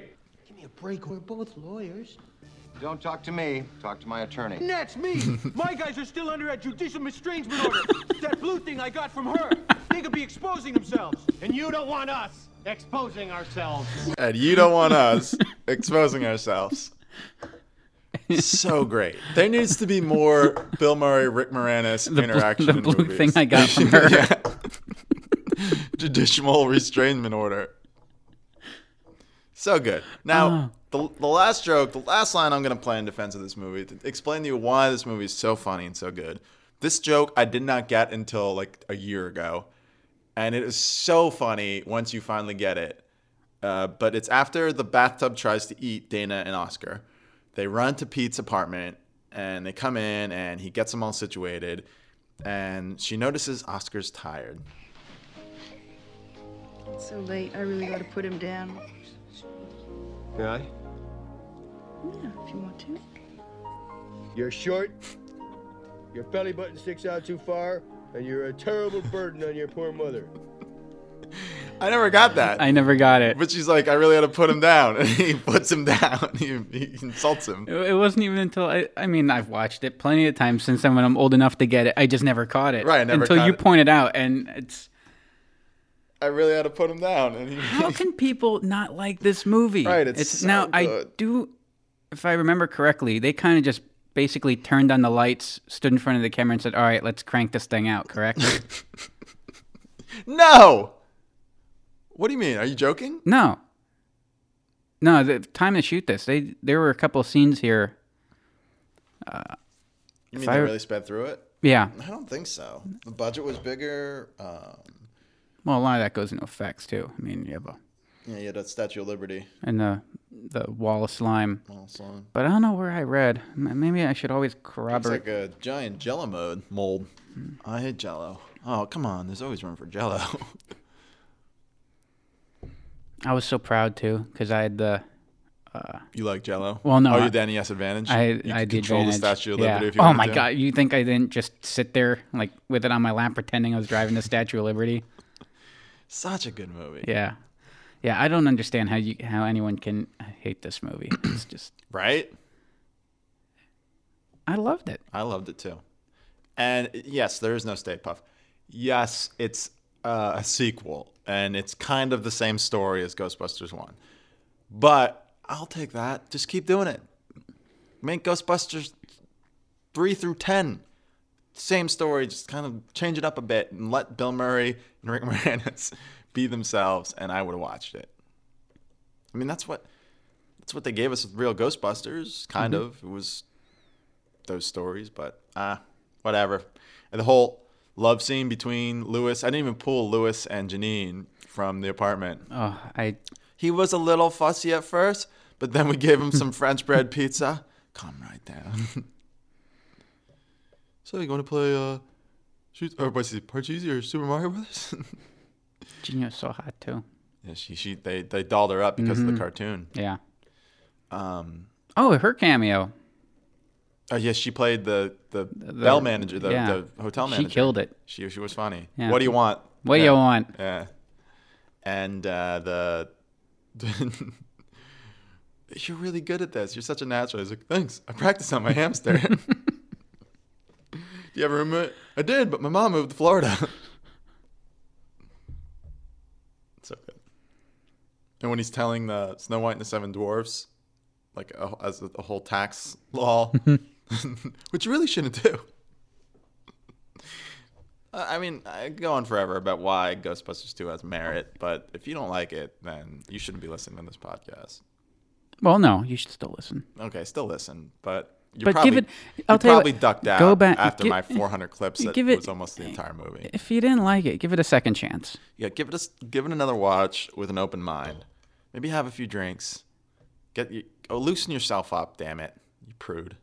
Speaker 21: Give me a break. We're both lawyers.
Speaker 5: Don't talk to me. Talk to my attorney.
Speaker 21: And that's me. My guys are still under a judicial estrangement order. that blue thing I got from her. They could be exposing themselves. And you don't want us exposing ourselves.
Speaker 2: and you don't want
Speaker 3: *laughs*
Speaker 2: us exposing ourselves. So great. There needs to be more Bill Murray, Rick Moranis
Speaker 3: *laughs* The bl-
Speaker 2: interaction.
Speaker 3: the
Speaker 2: in
Speaker 3: blue
Speaker 2: movies.
Speaker 3: thing I got from her.
Speaker 2: Yeah. *laughs* Judicial restrainment order. So good. Now, the, the last joke, the last line I'm going to play in defense of this movie to explain to you why this movie is so funny and so good. This joke I did not get until like a year ago. and it is so funny once you finally get it. Uh, but it's after the bathtub tries to eat Dana and Oscar. They run to Pete's apartment and they come in and he gets them all situated. And she notices Oscar's tired.
Speaker 13: It's so late. I really ought to put him down.
Speaker 12: Really?
Speaker 13: Yeah, if you want to.
Speaker 1: You're short, your belly button sticks out too far, and you're a terrible burden on your poor mother.
Speaker 2: I never got that.
Speaker 3: I never got it.
Speaker 2: But she's like, I really had to put him down. *laughs* And he puts him down. *laughs* He, he insults him.
Speaker 3: It it wasn't even until I, I mean, I've watched it plenty of times since then when I'm old enough to get it. I just never caught it.
Speaker 2: Right, I never
Speaker 3: until
Speaker 2: caught
Speaker 3: you
Speaker 2: it.
Speaker 3: pointed out, and it's
Speaker 2: I really had to put him down. And he,
Speaker 3: *laughs* how can people not like this movie?
Speaker 2: Right, it's so
Speaker 3: now I
Speaker 2: good.
Speaker 3: do, if I remember correctly, they kind of just basically turned on the lights, stood in front of the camera, and said, "All right, let's crank this thing out." *laughs* Correct?
Speaker 2: no. What do you mean? Are you joking?
Speaker 3: no, no. The time to shoot this. They there were a couple of scenes here. Uh,
Speaker 2: You
Speaker 3: if
Speaker 2: mean
Speaker 3: I-
Speaker 2: they really sped through it?
Speaker 3: Yeah.
Speaker 2: I don't think so. The budget was bigger. Um,
Speaker 3: well, a lot of that goes into effects too. I mean, you have a
Speaker 2: yeah, yeah, that Statue of Liberty.
Speaker 3: and the the wall of slime.
Speaker 2: Wall of slime.
Speaker 3: But I don't know where I read. M- Maybe I should always
Speaker 2: It's
Speaker 3: corroborate.
Speaker 2: like a giant Jello mode mold. I hate Jello. Oh come on, there's always room for Jello. *laughs*
Speaker 3: I was so proud too because I had the. Uh,
Speaker 2: you like Jello?
Speaker 3: Well, no,
Speaker 2: Oh,
Speaker 3: I-
Speaker 2: you Danny S advantage.
Speaker 3: I,
Speaker 2: you
Speaker 3: I
Speaker 2: could
Speaker 3: had the
Speaker 2: control
Speaker 3: advantage.
Speaker 2: the Statue of
Speaker 3: Yeah.
Speaker 2: Liberty. If you
Speaker 3: oh
Speaker 2: wanted
Speaker 3: my
Speaker 2: to.
Speaker 3: god! You think I didn't just sit there like with it on my lap, pretending I was driving the Statue of Liberty?
Speaker 2: Such a good movie.
Speaker 3: Yeah, yeah. I don't understand how you how anyone can hate
Speaker 2: *clears throat*
Speaker 3: this movie. It's just
Speaker 2: Right.
Speaker 3: I loved it.
Speaker 2: I loved it too. And yes, there is no Stay Puff. Yes, it's uh, a sequel, and it's kind of the same story as Ghostbusters 1. But I'll take that. Just keep doing it. Make Ghostbusters 3 through 10. Same story, just kind of change it up a bit and let Bill Murray and Rick *laughs* Moranis be themselves, and I would have watched it. I mean, that's what that's what they gave us with real Ghostbusters, kind
Speaker 22: Mhm.
Speaker 2: of. It was those stories, but ah, whatever. And the whole love scene between Lewis, I didn't even pull Lewis and Janine from the apartment.
Speaker 3: Oh, I.
Speaker 2: He was a little fussy at first, but then we gave him
Speaker 3: *laughs*
Speaker 2: some French bread pizza. Calm right down. *laughs* so you want to play uh, shoot or what's it, Parcheesi or Super Mario Brothers? *laughs*
Speaker 3: Gino's so hot too.
Speaker 2: yeah, she she they they dolled her up because of
Speaker 3: Mhm.
Speaker 2: the cartoon.
Speaker 3: Yeah.
Speaker 2: Um.
Speaker 3: Oh, her cameo.
Speaker 2: Oh yes, she played the the, bell manager, the,
Speaker 3: yeah.
Speaker 2: the hotel
Speaker 3: She
Speaker 2: manager.
Speaker 3: killed it.
Speaker 2: She she was funny.
Speaker 3: Yeah.
Speaker 2: What do you want?
Speaker 3: What do
Speaker 2: Yeah.
Speaker 3: you want?
Speaker 2: Yeah. And uh, the *laughs* you're really good at this. You're such a natural. He's like, thanks. I practiced on my hamster. do you have a roommate? I did, but my mom moved to Florida. *laughs* it's so good. And when he's telling the Snow White and the Seven Dwarfs, like a, as a, a whole tax law, *laughs* which you really shouldn't do. I I mean, I could go on forever about why Ghostbusters 2 has merit, but if you don't like it, then you shouldn't be listening to this podcast.
Speaker 3: Well, no, you should still listen.
Speaker 2: Okay, still listen, but you
Speaker 3: But
Speaker 2: probably,
Speaker 3: give it- I'll
Speaker 2: you
Speaker 3: tell you
Speaker 2: probably
Speaker 3: what,
Speaker 2: ducked out
Speaker 3: go back-
Speaker 2: after
Speaker 3: gi-
Speaker 2: my 400 clips that
Speaker 3: give it-
Speaker 2: was almost the entire movie.
Speaker 3: If you didn't like it, give it a second chance.
Speaker 2: Yeah, give it a, s- give it another watch with an open mind. Maybe have a few drinks. Get you, oh, loosen yourself up, damn it, you prude.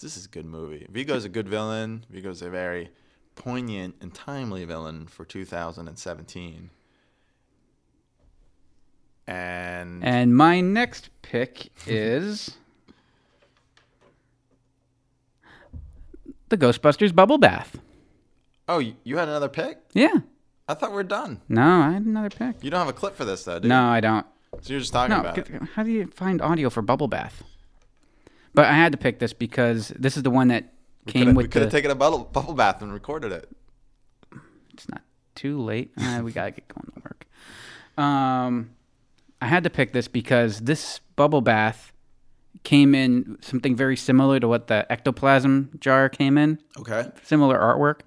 Speaker 2: This is a good movie. Vigo's a good villain. Vigo's a very poignant and timely villain for 2017. And
Speaker 3: And my next
Speaker 2: *laughs*
Speaker 3: pick is the Ghostbusters Bubble Bath.
Speaker 2: oh, you, you had another pick?
Speaker 3: Yeah.
Speaker 2: I thought we are done.
Speaker 3: No, I had another pick.
Speaker 2: You don't have a clip for this though, do you?
Speaker 3: No, I don't.
Speaker 2: So you're just talking
Speaker 3: No,
Speaker 2: about
Speaker 3: c-
Speaker 2: it.
Speaker 3: c- how do you find audio for Bubble Bath? But I had to pick this because this is the one that came
Speaker 2: Could've-
Speaker 3: with
Speaker 2: we could
Speaker 3: the.
Speaker 2: have taken a bubble, bubble bath and recorded it.
Speaker 3: it's not too late. *laughs* Uh, we gotta get going to work. Um, I had to pick this because this bubble bath came in something very similar to what the ectoplasm jar came in.
Speaker 2: Okay.
Speaker 3: Similar artwork,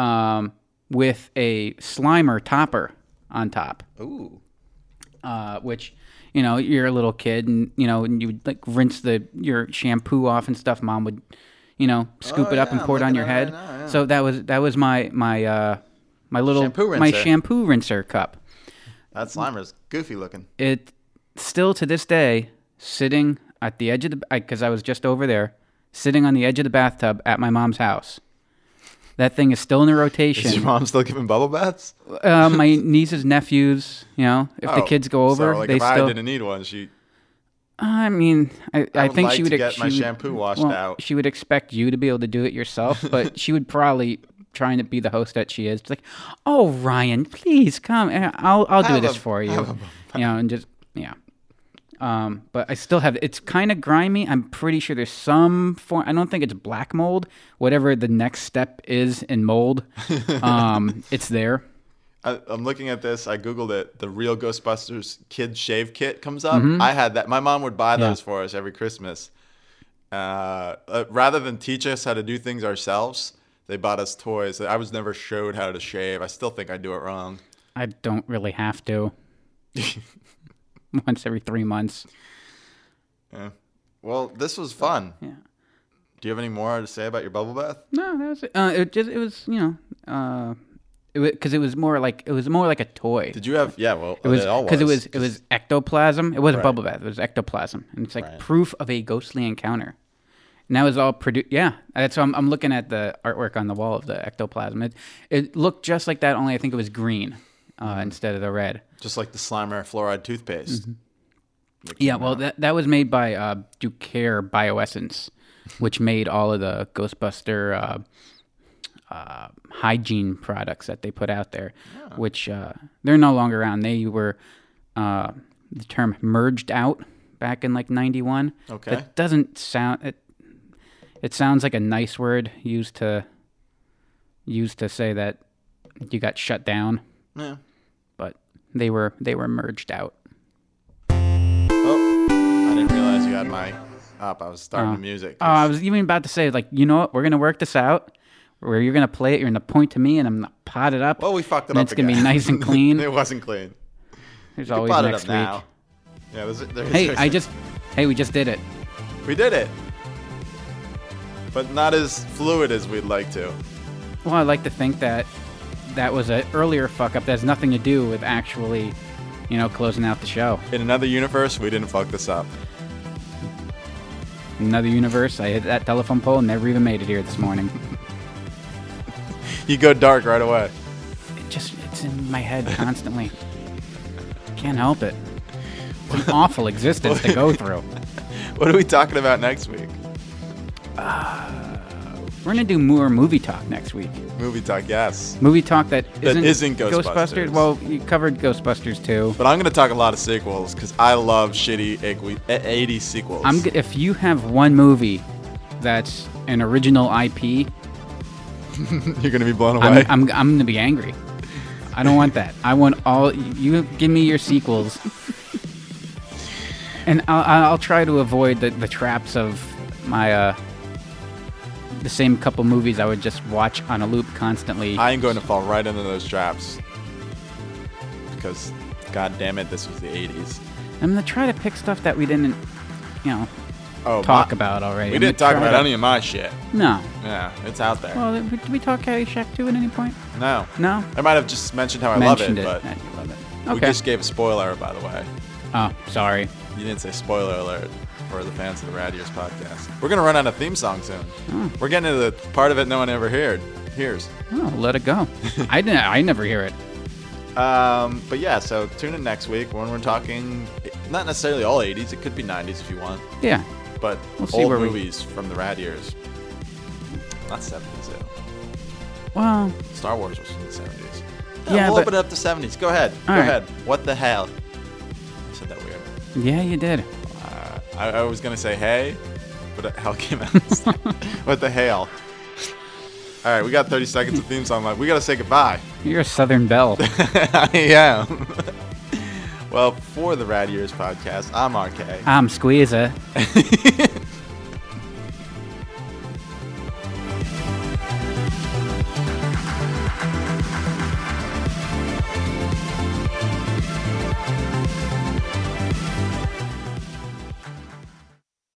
Speaker 3: um, with a Slimer topper on top
Speaker 2: Ooh.
Speaker 3: uh, which you know you're a little kid and you know and you would like rinse the your shampoo off and stuff mom would you know scoop
Speaker 2: Oh,
Speaker 3: it up
Speaker 2: yeah,
Speaker 3: and pour
Speaker 2: I'm
Speaker 3: it on
Speaker 2: looking
Speaker 3: your
Speaker 2: at it
Speaker 3: head
Speaker 2: right now, yeah.
Speaker 3: so that was that was my my uh my little
Speaker 2: Shampoo
Speaker 3: my
Speaker 2: rinser.
Speaker 3: shampoo rinser cup.
Speaker 2: That Slimer's goofy looking.
Speaker 3: It still to this day sitting at the edge of the because I was just over there, sitting on the edge of the bathtub at my mom's house. That thing is still in the rotation.
Speaker 2: Is your mom still giving bubble baths?
Speaker 3: Uh, my nieces, nephews, you know, if the
Speaker 2: Oh,
Speaker 3: kids go
Speaker 2: so,
Speaker 3: over,
Speaker 2: like,
Speaker 3: they
Speaker 2: if
Speaker 3: still.
Speaker 2: I didn't need one, she
Speaker 3: I mean, I, I,
Speaker 2: I would
Speaker 3: think
Speaker 2: like to
Speaker 3: she would. ex-
Speaker 2: get my
Speaker 3: she would-
Speaker 2: shampoo washed
Speaker 3: well,
Speaker 2: out.
Speaker 3: She would expect you to be able to do
Speaker 2: *laughs*
Speaker 3: it yourself, but she would probably trying to be the host that she is. Like, oh Ryan, please come. eh, I'll I'll do
Speaker 2: Have
Speaker 3: this
Speaker 2: a-
Speaker 3: for you.
Speaker 2: have
Speaker 3: You know, and just yeah. Um, but I still have. It's kind of grimy. I'm pretty sure there's some form. I don't think it's black mold. Whatever the next step is
Speaker 2: *laughs*
Speaker 3: in mold, um, it's there.
Speaker 2: I, I'm looking at this. I googled it. The real Ghostbusters kid shave kit comes up.
Speaker 3: Mhm.
Speaker 2: I had that. My mom would buy
Speaker 3: Yeah.
Speaker 2: those for us every Christmas. Uh, uh, rather than teach us how to do things ourselves, they bought us toys. I was never showed how to shave. I still think I do it wrong.
Speaker 3: I don't really
Speaker 2: *laughs*
Speaker 3: have to. Once every three months.
Speaker 2: Yeah. Well, this was fun.
Speaker 3: Yeah.
Speaker 2: Do you have any more to say about your bubble bath?
Speaker 3: No, that was it. Uh, it just it was you know, uh, it because it was more like it was more like a toy.
Speaker 2: Did you have? Yeah. Well,
Speaker 3: It was
Speaker 2: all
Speaker 3: because it was it was ectoplasm. It wasn't
Speaker 2: Right.
Speaker 3: bubble bath. It was ectoplasm, and it's like proof of a ghostly encounter. And that was all produced. Yeah, that's so I'm, I'm looking at the artwork on the wall of the ectoplasm. It it looked just like that, only I think it was green
Speaker 2: Mm-hmm.
Speaker 3: uh, instead of the red.
Speaker 2: just like the Slimer fluoride toothpaste.
Speaker 3: Mm-hmm. Yeah, well, that that was made by uh, Ducare Bioessence, which made all of the Ghostbuster uh, uh, hygiene products that they put out there, which uh, they're no longer around. They were uh, the term merged out back in like '91.
Speaker 2: Okay.
Speaker 3: that doesn't sound it. It sounds like a nice word used to used to say that you got shut down,
Speaker 2: Yeah.
Speaker 3: but they were they were merged out.
Speaker 2: Oh, I didn't realize you had my up. I was starting
Speaker 3: Oh.
Speaker 2: the music.
Speaker 3: Oh, I was even about to say, like, you know what? We're gonna work this out. Where you're gonna play it, you're gonna point to me, and I'm gonna pot it up.
Speaker 2: Well, we fucked it
Speaker 3: and
Speaker 2: up.
Speaker 3: It's gonna be
Speaker 2: again. *laughs*
Speaker 3: nice and clean.
Speaker 2: it wasn't clean.
Speaker 3: There's
Speaker 2: You can
Speaker 3: always
Speaker 2: pot
Speaker 3: next
Speaker 2: it up
Speaker 3: week.
Speaker 2: now. Yeah, there's, there's, *laughs*
Speaker 3: Hey,
Speaker 2: there's-
Speaker 3: I just, hey, we just did it.
Speaker 2: we did it, but not as fluid as we'd like to.
Speaker 3: Well, I like to think that that was an earlier fuck up that has nothing to do with actually, you know, closing out the show.
Speaker 2: In another universe, we didn't fuck this up.
Speaker 3: Another universe. I hit that telephone pole and never even made it here this morning.
Speaker 2: You go dark right away.
Speaker 3: It just, it's in
Speaker 2: *laughs*
Speaker 3: my head constantly. Can't help it. It's an awful existence to go through.
Speaker 2: What are we talking about next week?
Speaker 3: We're gonna do more movie talk next week.
Speaker 2: Movie talk, yes.
Speaker 3: Movie talk that
Speaker 2: That
Speaker 3: isn't,
Speaker 2: isn't Ghostbusters.
Speaker 3: Well, you covered Ghostbusters too.
Speaker 2: But I'm gonna talk a lot of sequels because I love shitty equi- 80s sequels.
Speaker 3: I'm g- if you have one movie that's an original IP,
Speaker 2: *laughs* You're gonna be blown away.
Speaker 3: I'm, I'm, I'm gonna be angry. I don't want that. I want all. You give me your sequels, *laughs* and I'll, I'll try to avoid the, the traps of my uh, the same couple movies I would just watch on a loop constantly.
Speaker 2: I am going to fall right into those traps because, god damn it, this was the 80s.
Speaker 3: I'm gonna try to pick stuff that we didn't, you know,
Speaker 2: Oh,
Speaker 3: talk
Speaker 2: my-
Speaker 3: about already.
Speaker 2: We
Speaker 3: I'm
Speaker 2: didn't
Speaker 3: gonna
Speaker 2: talk
Speaker 3: try
Speaker 2: about
Speaker 3: to-
Speaker 2: any of my shit.
Speaker 3: No.
Speaker 2: Yeah, it's out there.
Speaker 3: Well, did we- did we talk Caddyshack 2 at any point?
Speaker 2: no.
Speaker 3: No?
Speaker 2: I might have just mentioned how I
Speaker 3: Mentioned it.
Speaker 2: love it,
Speaker 3: I
Speaker 2: but
Speaker 3: love it.
Speaker 2: we
Speaker 3: Okay.
Speaker 2: just gave a spoiler, by the way.
Speaker 3: Oh, sorry.
Speaker 2: You didn't say spoiler alert for the fans of the Rad Years podcast. We're gonna run out of theme song soon.
Speaker 3: Oh.
Speaker 2: We're getting to the part of it no one ever heard. Hears.
Speaker 3: Oh, let
Speaker 2: *laughs*
Speaker 3: it go. I didn't. I never hear it.
Speaker 2: Um, but yeah, so tune in next week when we're talking not necessarily all 80s. It could be 90s if you want.
Speaker 3: Yeah.
Speaker 2: But
Speaker 3: We'll see
Speaker 2: old
Speaker 3: where we-
Speaker 2: movies from the Rad Years. Not 70s though.
Speaker 3: Well,
Speaker 2: Star Wars was in the 70s.
Speaker 3: Yeah,
Speaker 2: Yeah, we'll
Speaker 3: but-
Speaker 2: open it up to 70s. Go ahead. Go
Speaker 3: All right.
Speaker 2: ahead. What the hell? I said that weird.
Speaker 3: yeah, you did.
Speaker 2: Uh, I, I was gonna say hey, but it- hell came out.
Speaker 3: *laughs*
Speaker 2: instead. what the hell? All right, we got 30 seconds of theme song left. We gotta say *laughs* goodbye.
Speaker 3: You're a
Speaker 2: *laughs*
Speaker 3: Southern Belle.
Speaker 2: I *laughs* am. well, for the Rad Years podcast, I'm RK.
Speaker 3: I'm Squeezer.